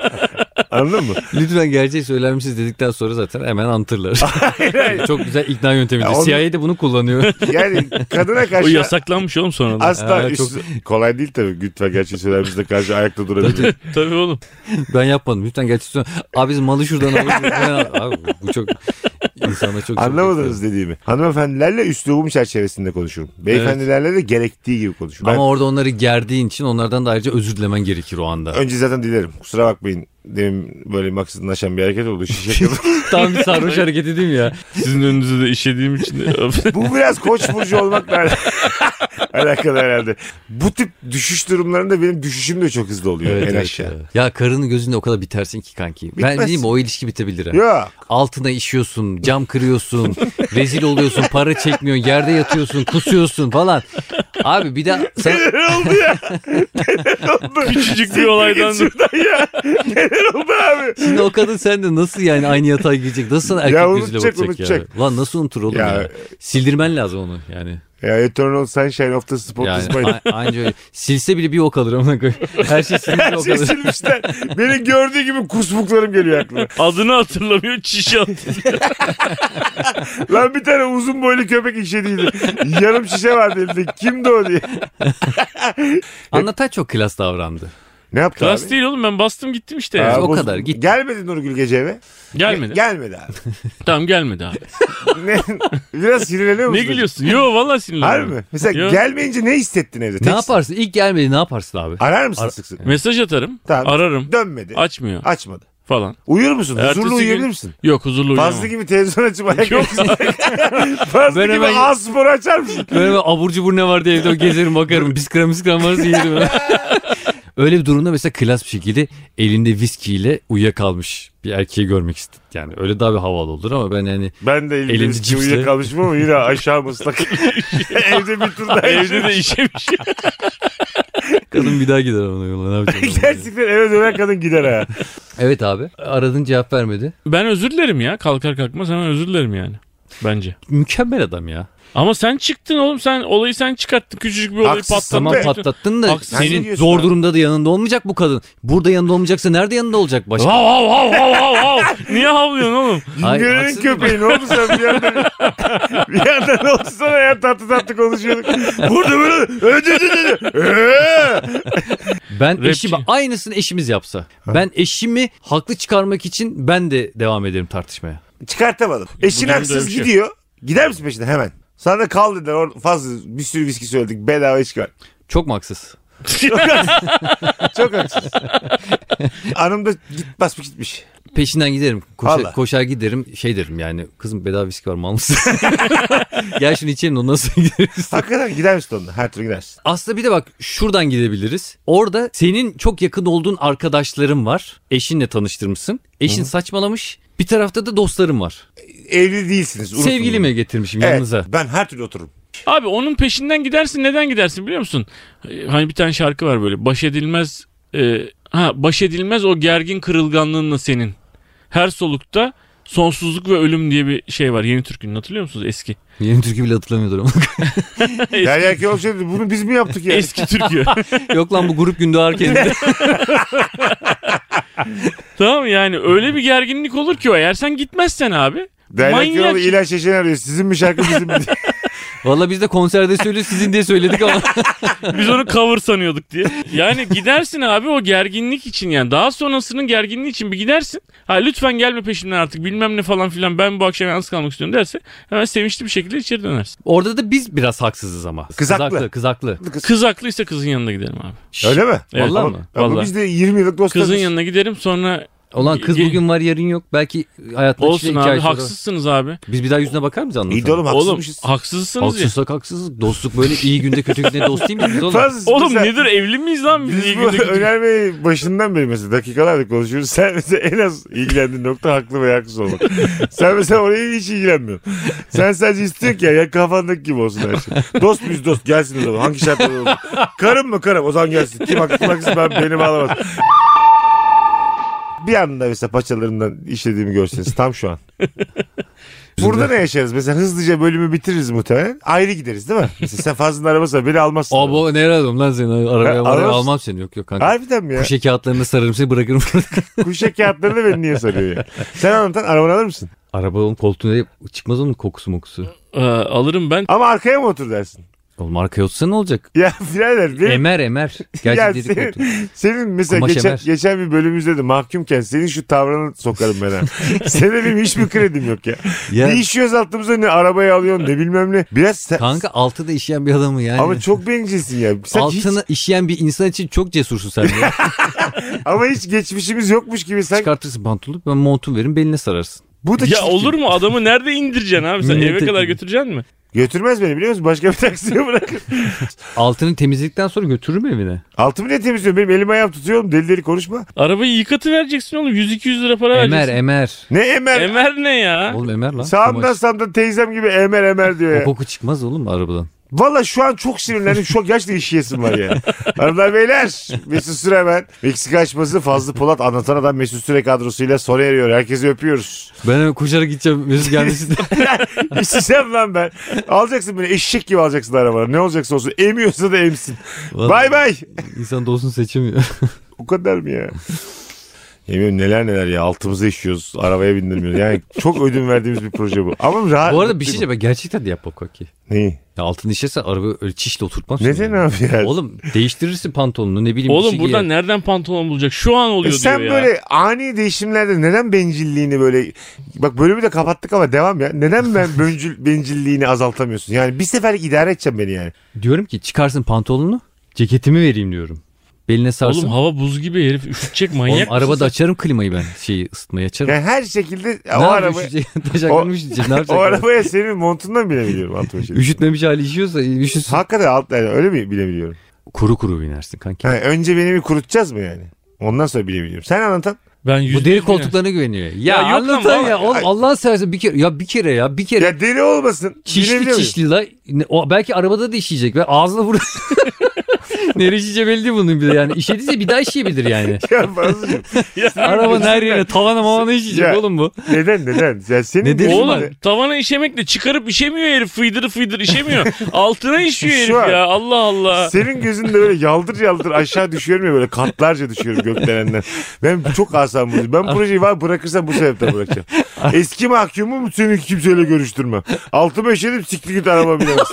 S1: Anladın mı?
S2: Lütfen gerçeği söyler misiniz dedikten sonra zaten hemen antırlar.
S1: hayır.
S2: Çok güzel ikna yöntemidir.
S1: Ya onu-
S2: CIA de bunu kullanıyor.
S1: Yani kadına
S3: O
S1: karşı
S3: yasaklanmış oğlum sonra da.
S1: asla
S2: Ha,
S1: üst-
S2: çok-
S1: kolay değil tabii. Lütfen gerçeği söyler misiniz de karşı ayakta durabilir.
S3: Tabii oğlum.
S2: ben yapmadım. Lütfen gerçeği söyle. Abi biz malı şuradan alıyoruz. Hemen- Abi bu çok insana çok
S1: Anlamadınız dediğimi. Hanımefendilerle üslubum çerçevesinde konuşurum. Beyefendilerle de gerektiği gibi konuşurum. Ben-
S2: Ama orada onları gerdiğin için onlardan da ayrıca özür dilemen gerekir o anda.
S1: Önce zaten dilerim. Kusura bakmayın. Demin böyle maksatınlaşan bir hareket oldu. Şişe kırdım.
S2: Tam bir sarhoş hareketi değil mi ya?
S3: Sizin önünüzde de işediğim için. de-
S1: Bu biraz koç burcu olmakla al- alakalı herhalde. Bu tip düşüş durumlarında benim düşüşüm de çok hızlı oluyor en aşağı.
S2: Ya. Ya karının gözünde o kadar bitersin ki kanki. Ben
S1: Bitmez.
S2: diyeyim mi, o ilişki bitebilir. ha.
S1: Yok.
S2: Altına işiyorsun, cam kırıyorsun, rezil oluyorsun, para çekmiyorsun, yerde yatıyorsun, kusuyorsun falan. Abi bir daha sana-
S1: Neler oldu ya? Neler oldu?
S3: Küçücük bir olaydan.
S1: Git şuradan ya. Neler oldu abi?
S2: şimdi o kadın sen de nasıl yani aynı yatağa girecek? Nasıl sana erkek
S1: Ya
S2: gözüyle
S1: unutacak,
S2: bakacak
S1: unutacak.
S2: ya? Lan nasıl unutur oğlum
S1: Ya- e,
S2: ya? Sildirmen lazım onu yani.
S1: Ya Eternal Sunshine of the Spotless
S2: Yani
S1: Mind.
S2: a- anca öyle. Silse bile bir ok alır amına koyayım. Her şey silince ok
S1: Şey
S2: alır.
S1: silmişler. Beni gördüğü gibi kusmuklarım geliyor aklıma.
S3: Adını hatırlamıyor çiş attı.
S1: Lan bir tane uzun boylu köpek işediydi. Yarım şişe vardı elinde. Kimdi o diye.
S2: Anlatan çok klas davrandı.
S1: Ne yaptı
S3: Klas
S1: abi?
S3: değil oğlum ben bastım gittim işte.
S1: Aa,
S3: yani.
S2: o
S1: boz-
S2: kadar, gitti.
S1: Gelmedi Nurgül gece eve.
S3: Gelmedi.
S1: Gelmedi abi.
S3: Tamam gelmedi abi.
S1: ne, biraz sinirleniyor musun?
S3: ne gülüyorsun? Yo vallahi sinirlendim.
S1: Harbi mi? Mesela
S3: Yok.
S1: gelmeyince ne hissettin evde?
S2: Ne
S1: Tek-
S2: yaparsın? İlk gelmedi ne yaparsın abi?
S1: Arar mısın
S2: Ar-
S1: sık sık?
S3: Mesaj atarım.
S1: Tamam.
S3: Ararım.
S1: Dönmedi.
S3: Açmıyor
S1: Açmadı.
S3: falan.
S1: Uyur musun?
S3: Ertesi
S1: Huzurlu
S3: gün-
S1: uyuyabilir misin?
S3: Yok huzurlu uyuyamam.
S1: Fazla gibi televizyon açıp ayak
S3: Yok.
S1: Fazla
S2: Ben
S1: gibi
S2: hemen-
S1: A-Spor açar mısın?
S2: Böyle bir abur cubur ne var diye evde gezerim bakarım. Biskram biskram varsa yerim. Öyle bir durumda mesela klas bir şekilde elinde viskiyle uyuyakalmış bir erkeği görmek istedim. Yani öyle daha bir havalı olur ama ben yani
S1: Ben de elimde
S2: Elinde
S1: viski
S2: cipsle.
S1: uyuyakalmışım ama yine aşağı ıslak. Evde bir tur daha
S3: Evde de işemiş.
S2: kadın bir daha gider ona yola ne yapacağım.
S1: Gerçekten eve dönen kadın gider ha.
S2: evet abi aradın cevap vermedi.
S3: ben özür dilerim ya. Kalkar kalkmaz hemen özür dilerim yani. Bence.
S2: Mükemmel adam ya.
S3: Ama sen çıktın oğlum sen olayı sen çıkarttın. Küçücük bir olayı
S1: Haksız,
S3: patlattın.
S2: Tamam
S1: Tabii.
S2: patlattın da
S3: Haksız.
S1: Sen ne
S2: senin
S1: diyorsun
S2: zor
S1: abi?
S2: durumda da yanında olmayacak bu kadın. Burada yanında olmayacaksa nerede yanında olacak başka?
S3: Hav hav hav hav hav hav. Niye havlıyorsun oğlum?
S2: Ay,
S1: Görenin
S2: haksız mıyım?
S1: köpeği ne oldu sen bir yandan? bir yandan ne oldu sana ya tatlı tatlı konuşuyorduk. Burada böyle ödü ödü ödü. Ee!
S2: Ben
S3: Rapçi.
S2: eşimi aynısını eşimiz yapsa. Ben eşimi haklı çıkarmak için ben de devam ederim tartışmaya.
S1: Çıkartamadım. Eşin
S3: Bugün
S1: haksız
S3: dövüşüyor.
S1: gidiyor. Gider misin peşinden hemen? Sana da kal dediler. Or- Fazla bir sürü viski söyledik. Bedava içki var.
S2: Çok mu haksız?
S1: Çok haksız. Çok haksız. Hanım da git basıp gitmiş.
S2: Peşinden giderim. Koşar,
S1: Vallahi.
S2: koşar giderim. Şey derim yani kızım bedava viski var mal mısın? Gel şunu içelim de ondan sonra gideriz.
S1: Hakikaten gider misin onunla? Her türlü gidersin.
S2: Aslında bir de bak şuradan gidebiliriz. Orada senin çok yakın olduğun arkadaşların var. Eşinle tanıştırmışsın. Eşin saçmalamış. Bir tarafta da dostlarım var.
S1: Evli değilsiniz. unutun
S2: Sevgilime getirmişim
S1: bunu. Evet,
S2: yanınıza.
S1: ben her türlü otururum.
S3: Abi onun peşinden gidersin. Neden gidersin biliyor musun? Ee, Hani bir tane şarkı var böyle. Baş edilmez e, ha baş edilmez o gergin kırılganlığınla senin. Her solukta sonsuzluk ve ölüm diye bir şey var. Yeni Türk'ün hatırlıyor musunuz eski?
S2: Yeni türkü bile hatırlamıyordur ama.
S1: Derya ki olsaydı bunu biz mi yaptık ya?
S3: Eski türkü.
S2: Yok lan bu grup Gündüğar kendinde.
S3: tamam yani öyle bir gerginlik olur ki o. Eğer sen gitmezsen abi.
S1: Derya Köroğlu
S3: manyak.
S1: İlaç Şeşen arıyor. Sizin mi şarkı bizim mi? diye.
S2: Valla biz de konserde söylüyoruz sizin diye söyledik ama.
S3: Biz onu cover sanıyorduk diye. Yani gidersin abi o gerginlik için yani. Daha sonrasının gerginliği için bir gidersin. Ha lütfen gelme peşimden artık bilmem ne falan filan ben bu akşam yalnız kalmak istiyorum derse hemen sevinçli bir şekilde içeri dönersin.
S2: Orada da biz biraz haksızız ama.
S1: Kızaklı.
S2: Kızaklı.
S3: Kız haklıysa kızın yanına gidelim abi.
S1: Öyle mi?
S3: Evet.
S2: Vallahi
S1: Ama-
S2: mı?
S1: Ama
S3: Vallahi.
S1: biz de 20 yıllık dostlarız.
S3: Kızın yanına gidelim sonra
S2: Olan kız
S3: Ye-
S2: bugün var yarın yok. Belki hayatında
S3: olsun
S2: şey, iki
S3: abi
S2: ay sonra-
S3: haksızsınız abi.
S2: Biz bir daha yüzüne bakar mıyız anlatalım?
S1: İyi de oğlum
S3: Oğlum
S1: haksızmışız.
S3: haksızsınız ya.
S2: Haksızsak haksızlık. Dostluk böyle iyi günde kötü günde dost değil miyiz oğlum?
S1: Fazla-
S3: Oğlum
S1: mesela-
S3: nedir evli miyiz lan biz?
S1: Biz
S3: iyi
S1: bu
S3: günde gidiyoruz.
S1: önermeyi başından beri mesela dakikalardır konuşuyoruz. Sen mesela en az ilgilendiğin nokta haklı ve haksız olmak. Sen mesela oraya hiç ilgilenmiyorsun. Sen sadece istiyorsun ki ya, ya kafandaki gibi olsun her şey. Dost muyuz dost gelsin o zaman. Hangi şartlarda olur? Karım mı karım o zaman gelsin. Kim haklı kim haksız ben beni bağlamaz. Bir anda mesela paçalarından işlediğimi görseniz tam şu an. Burada ne yaşarız? Mesela hızlıca bölümü bitiririz muhtemelen. Ayrı gideriz değil mi? Mesela sen fazla arabası beni almazsın.
S2: Abi o nereye alalım lan seni? Arabaya
S1: Ha,
S2: maraya
S1: alamazsın.
S2: almam seni. Yok yok kanka.
S1: Harbiden mi ya?
S2: Kuşe kağıtlarını sararım seni bırakırım.
S1: Kuşa kağıtlarını beni niye sarıyor ya? Sen anlatan arabanı alır mısın?
S2: Araba oğlum koltuğuna çıkmaz onun kokusu mokusu.
S3: Ee, alırım ben.
S1: Ama arkaya mı otur dersin?
S2: Oğlum arkaya otursa ne olacak?
S1: Ya birader benim,
S2: Emer emer.
S1: Ya
S2: Gerçi dedik
S1: senin-
S2: koltuğu.
S1: senin mesela
S2: Kumaş
S1: geçen,
S2: emer.
S1: geçen bir bölümümüzde de mahkumken senin şu tavrını sokarım ben ha. Senin benim hiçbir kredim yok ya.
S2: Ya,
S1: Ne işiyoruz altımıza ne arabayı alıyorsun ne bilmem ne. Biraz sen...
S2: kanka altıda işeyen bir adamı yani.
S1: Ama çok bencilsin ya. Sen hiç-
S2: Altını işeyen bir insan için çok cesursun sen. ya.
S1: ama hiç geçmişimiz yokmuş gibi sen.
S2: Çıkartırsın pantolonu ben montumu veririm beline sararsın.
S1: Bu da
S3: Ya
S1: çirkin.
S3: olur mu adamı nerede indireceksin abi sen eve
S2: Millete-
S3: kadar götüreceksin mi?
S1: Götürmez beni biliyor musun? Başka bir taksiye bırakır.
S2: Altını temizledikten sonra götürürüm evine.
S1: Altımı ne temizliyorum? Benim elim ayağım tutuyor oğlum. Deli deli konuşma.
S3: Arabayı yıkatı vereceksin oğlum 100-200 lira para
S2: Emer
S3: vereceksin.
S2: emer.
S1: Ne emer?
S3: Emer ne ya?
S2: Oğlum emer lan.
S1: Sağımdan
S2: Kumaş.
S1: sağımdan teyzem gibi emer emer diyor
S2: O
S1: ya.
S2: koku çıkmaz oğlum arabadan.
S1: Valla şu an çok sinirlendim. Şu an gerçekten işiyesim var yani. Hanımlar beyler Mesut Süre ben. Meksika açması Fazlı Polat anlatan adam Mesut Süre kadrosuyla sona eriyor. Herkesi öpüyoruz.
S2: Ben hemen koşarak gideceğim. Mesut gelmesin.
S1: İşsizem lan ben. Alacaksın beni eşek gibi alacaksın arabana. Ne olacaksa olsun emiyorsa da emsin.
S2: Vallahi
S1: Bay bay.
S2: İnsan dostunu seçemiyor.
S1: O kadar mı ya? Yemin neler neler ya altımıza işiyoruz arabaya bindirmiyoruz. Yani çok ödün verdiğimiz bir proje bu. Ama rahat.
S2: Bu arada bir şey diyeceğim. Ben gerçekten de yapmam kanki.
S1: Neyi?
S2: Ya altını işersen arabayı öyle çişle oturtmazsın.
S1: Neden
S2: yani.
S1: abi ya?
S2: Oğlum değiştirirsin pantolonunu ne bileyim. bir
S3: Oğlum
S2: şey
S3: buradan
S2: giyer.
S3: nereden pantolon bulacak? Şu an
S1: E
S3: oluyor
S1: sen
S3: diyor ya.
S1: böyle ani değişimlerde neden bencilliğini böyle bak bölümü de kapattık ama devam ya. Neden ben bencil, bencilliğini azaltamıyorsun? Yani bir seferlik idare edeceğim beni yani.
S2: Diyorum ki çıkarsın pantolonunu ceketimi vereyim diyorum. Beline sarsın.
S3: Oğlum hava buz gibi herif üşütecek
S2: Oğlum,
S3: manyak.
S2: arabada açarım klimayı ben. Şeyi ısıtmayı açarım.
S1: Yani her şekilde
S2: Ne
S1: o
S2: yapıyor
S1: araba
S2: üşüyecek? Taşaklanmış diyecek. Ne yapacak?
S1: o arabaya senin montundan bilebiliyorum altıma şey.
S2: Üşütmemiş hali işiyorsa üşüsün.
S1: Hakikaten alt, yani öyle mi bilebiliyorum?
S2: Kuru kuru binersin kanki.
S1: Yani önce beni bir kurutacağız mı yani? Ondan sonra bilebiliyorum. Sen anlatan.
S3: ben yüzde
S2: Bu deri
S3: yüz bilemem.
S2: koltuklarına güveniyor. Ya,
S3: Ya yok lan
S2: anlatan
S3: baba.
S2: ya. Oğlum
S1: Ay.
S2: Allah'ın seversen bir kere ya bir kere ya bir kere.
S1: Ya deli olmasın.
S2: çişli
S1: Bilebiliyor muyum?
S2: çişli la. Ne- O, belki arabada da işeyecek. Ve ağzına vur. Nereye işeyeceği belli değil bunun bir de yani. İşediyse bir daha işeyebilir yani.
S1: Ya Fazlıcığım,
S2: Arabanın her yerine tavana mavana işeyecek
S1: Ya.
S2: oğlum bu.
S1: neden neden? Ya senin
S2: Ne dedin
S1: Oğlum,
S3: Oğlum tavana işemekle çıkarıp işemiyor herif fıydır fıydır işemiyor. Altına işiyor
S1: Şu
S3: herif
S1: an.
S3: ya Allah Allah.
S1: Senin gözünde böyle yaldır yaldır aşağı düşüyorum ya böyle katlarca düşüyorum gökdelenden. Ben çok asam bozucu. Ben projeyi var bırakırsam bu sebepten bırakacağım. Eski mahkumum seni kimseyle görüştürme. Altıma işedim siktir git araba bilemez.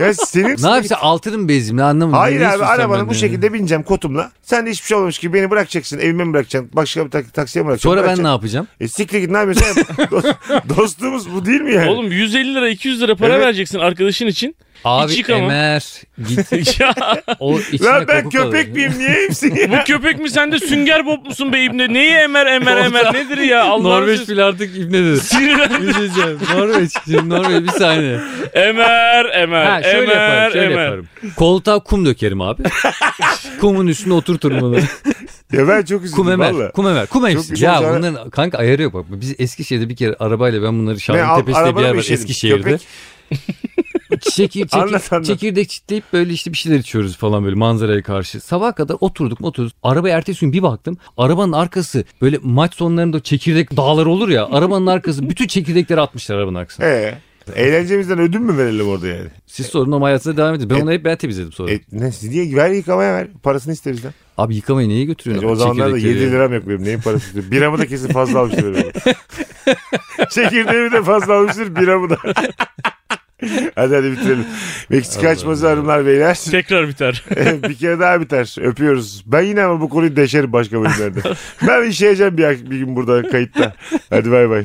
S1: Ya senin...
S2: Ne yapsa altını mı bezeyim ne anlamadım.
S1: Hayır
S2: Ne
S1: abi
S2: istiyorsun sen
S1: arabanı bu
S2: benden ya?
S1: şekilde bineceğim kotumla. Sen de hiçbir şey olmamış gibi beni bırakacaksın. Evime mi bırakacaksın? Başka bir tak- taksiye mi bırakacaksın?
S2: Sonra ben ne
S1: Bırakacaksın.
S2: yapacağım?
S1: E siktir git ne yapıyorsun? Dost- dostluğumuz bu değil mi yani?
S3: Oğlum 150 lira 200 lira para
S1: Evet.
S3: vereceksin arkadaşın için.
S2: Abi
S3: yıkamam.
S2: Emer git
S3: ya
S2: o içine
S1: Lan ben
S2: koku kalır.
S1: köpek miyim niye hepsini ya?
S3: bu köpek mi sen de sünger bob musun be İbni? Neyi emer emer emer nedir ya Allah'ın
S2: Norveç
S3: sözü.
S2: bile artık ibne dedi.
S3: Sinirlen-
S2: Bir şey diyeceğim. Norveç. Şimdi Norveç bir saniye.
S3: Emer emer
S2: Ha şöyle
S3: emer
S2: yaparım. Şöyle
S3: emer.
S2: yaparım. Koltuğa kum dökerim abi. Kumun üstüne oturturum bunu.
S1: Ya ben çok üzüldüm
S2: Kum
S1: valla.
S2: emer. Kum emer. Kum
S1: Çok
S2: emsi.
S1: güzel
S2: Ya
S1: şey.
S2: bunların kanka ayarı yok bak. Biz Eskişehir'de bir kere arabayla ben bunları
S1: Ne,
S2: Şahin
S1: al-
S2: Tepesi'de bir
S1: arabada
S2: yer
S1: mı
S2: var
S1: işedin?
S2: Eskişehir'de.
S1: Köpek?
S2: Çekir,
S1: Anlat,
S2: çekir,
S1: anlat.
S2: çekirdek çitleyip böyle işte bir şeyler içiyoruz falan böyle manzaraya karşı. Sabaha kadar oturduk oturduk. Arabaya ertesi gün bir baktım. Arabanın arkası böyle maç sonlarında o çekirdek dağları olur ya. Arabanın arkası bütün çekirdekleri atmışlar arabanın arkasına.
S1: Ee, eğlencemizden ödün mü verelim orada yani?
S2: Siz sorun ama hayatınıza devam edin. Ben onu hep ben temizledim sonra.
S1: E, ne, diye ver yıkamaya ver. Parasını ister bizden.
S2: Abi yıkamayı neye götürüyorsun?
S1: E, o zamanlar da 7
S2: Çekirdekleri ya.
S1: liram yok benim. Neyin parası istiyor? Biramı da kesin fazla almıştır. benim. Çekirdeğimi de fazla almıştır. Biramı da. hadi hadi bitirelim. Meksika açması hanımlar beyler.
S3: Tekrar biter.
S1: bir kere daha biter. Öpüyoruz. Ben yine ama bu konuyu şey deşerim başka bölümlerde. ben işeyeceğim bir, bir gün burada kayıtta. Hadi bay bay.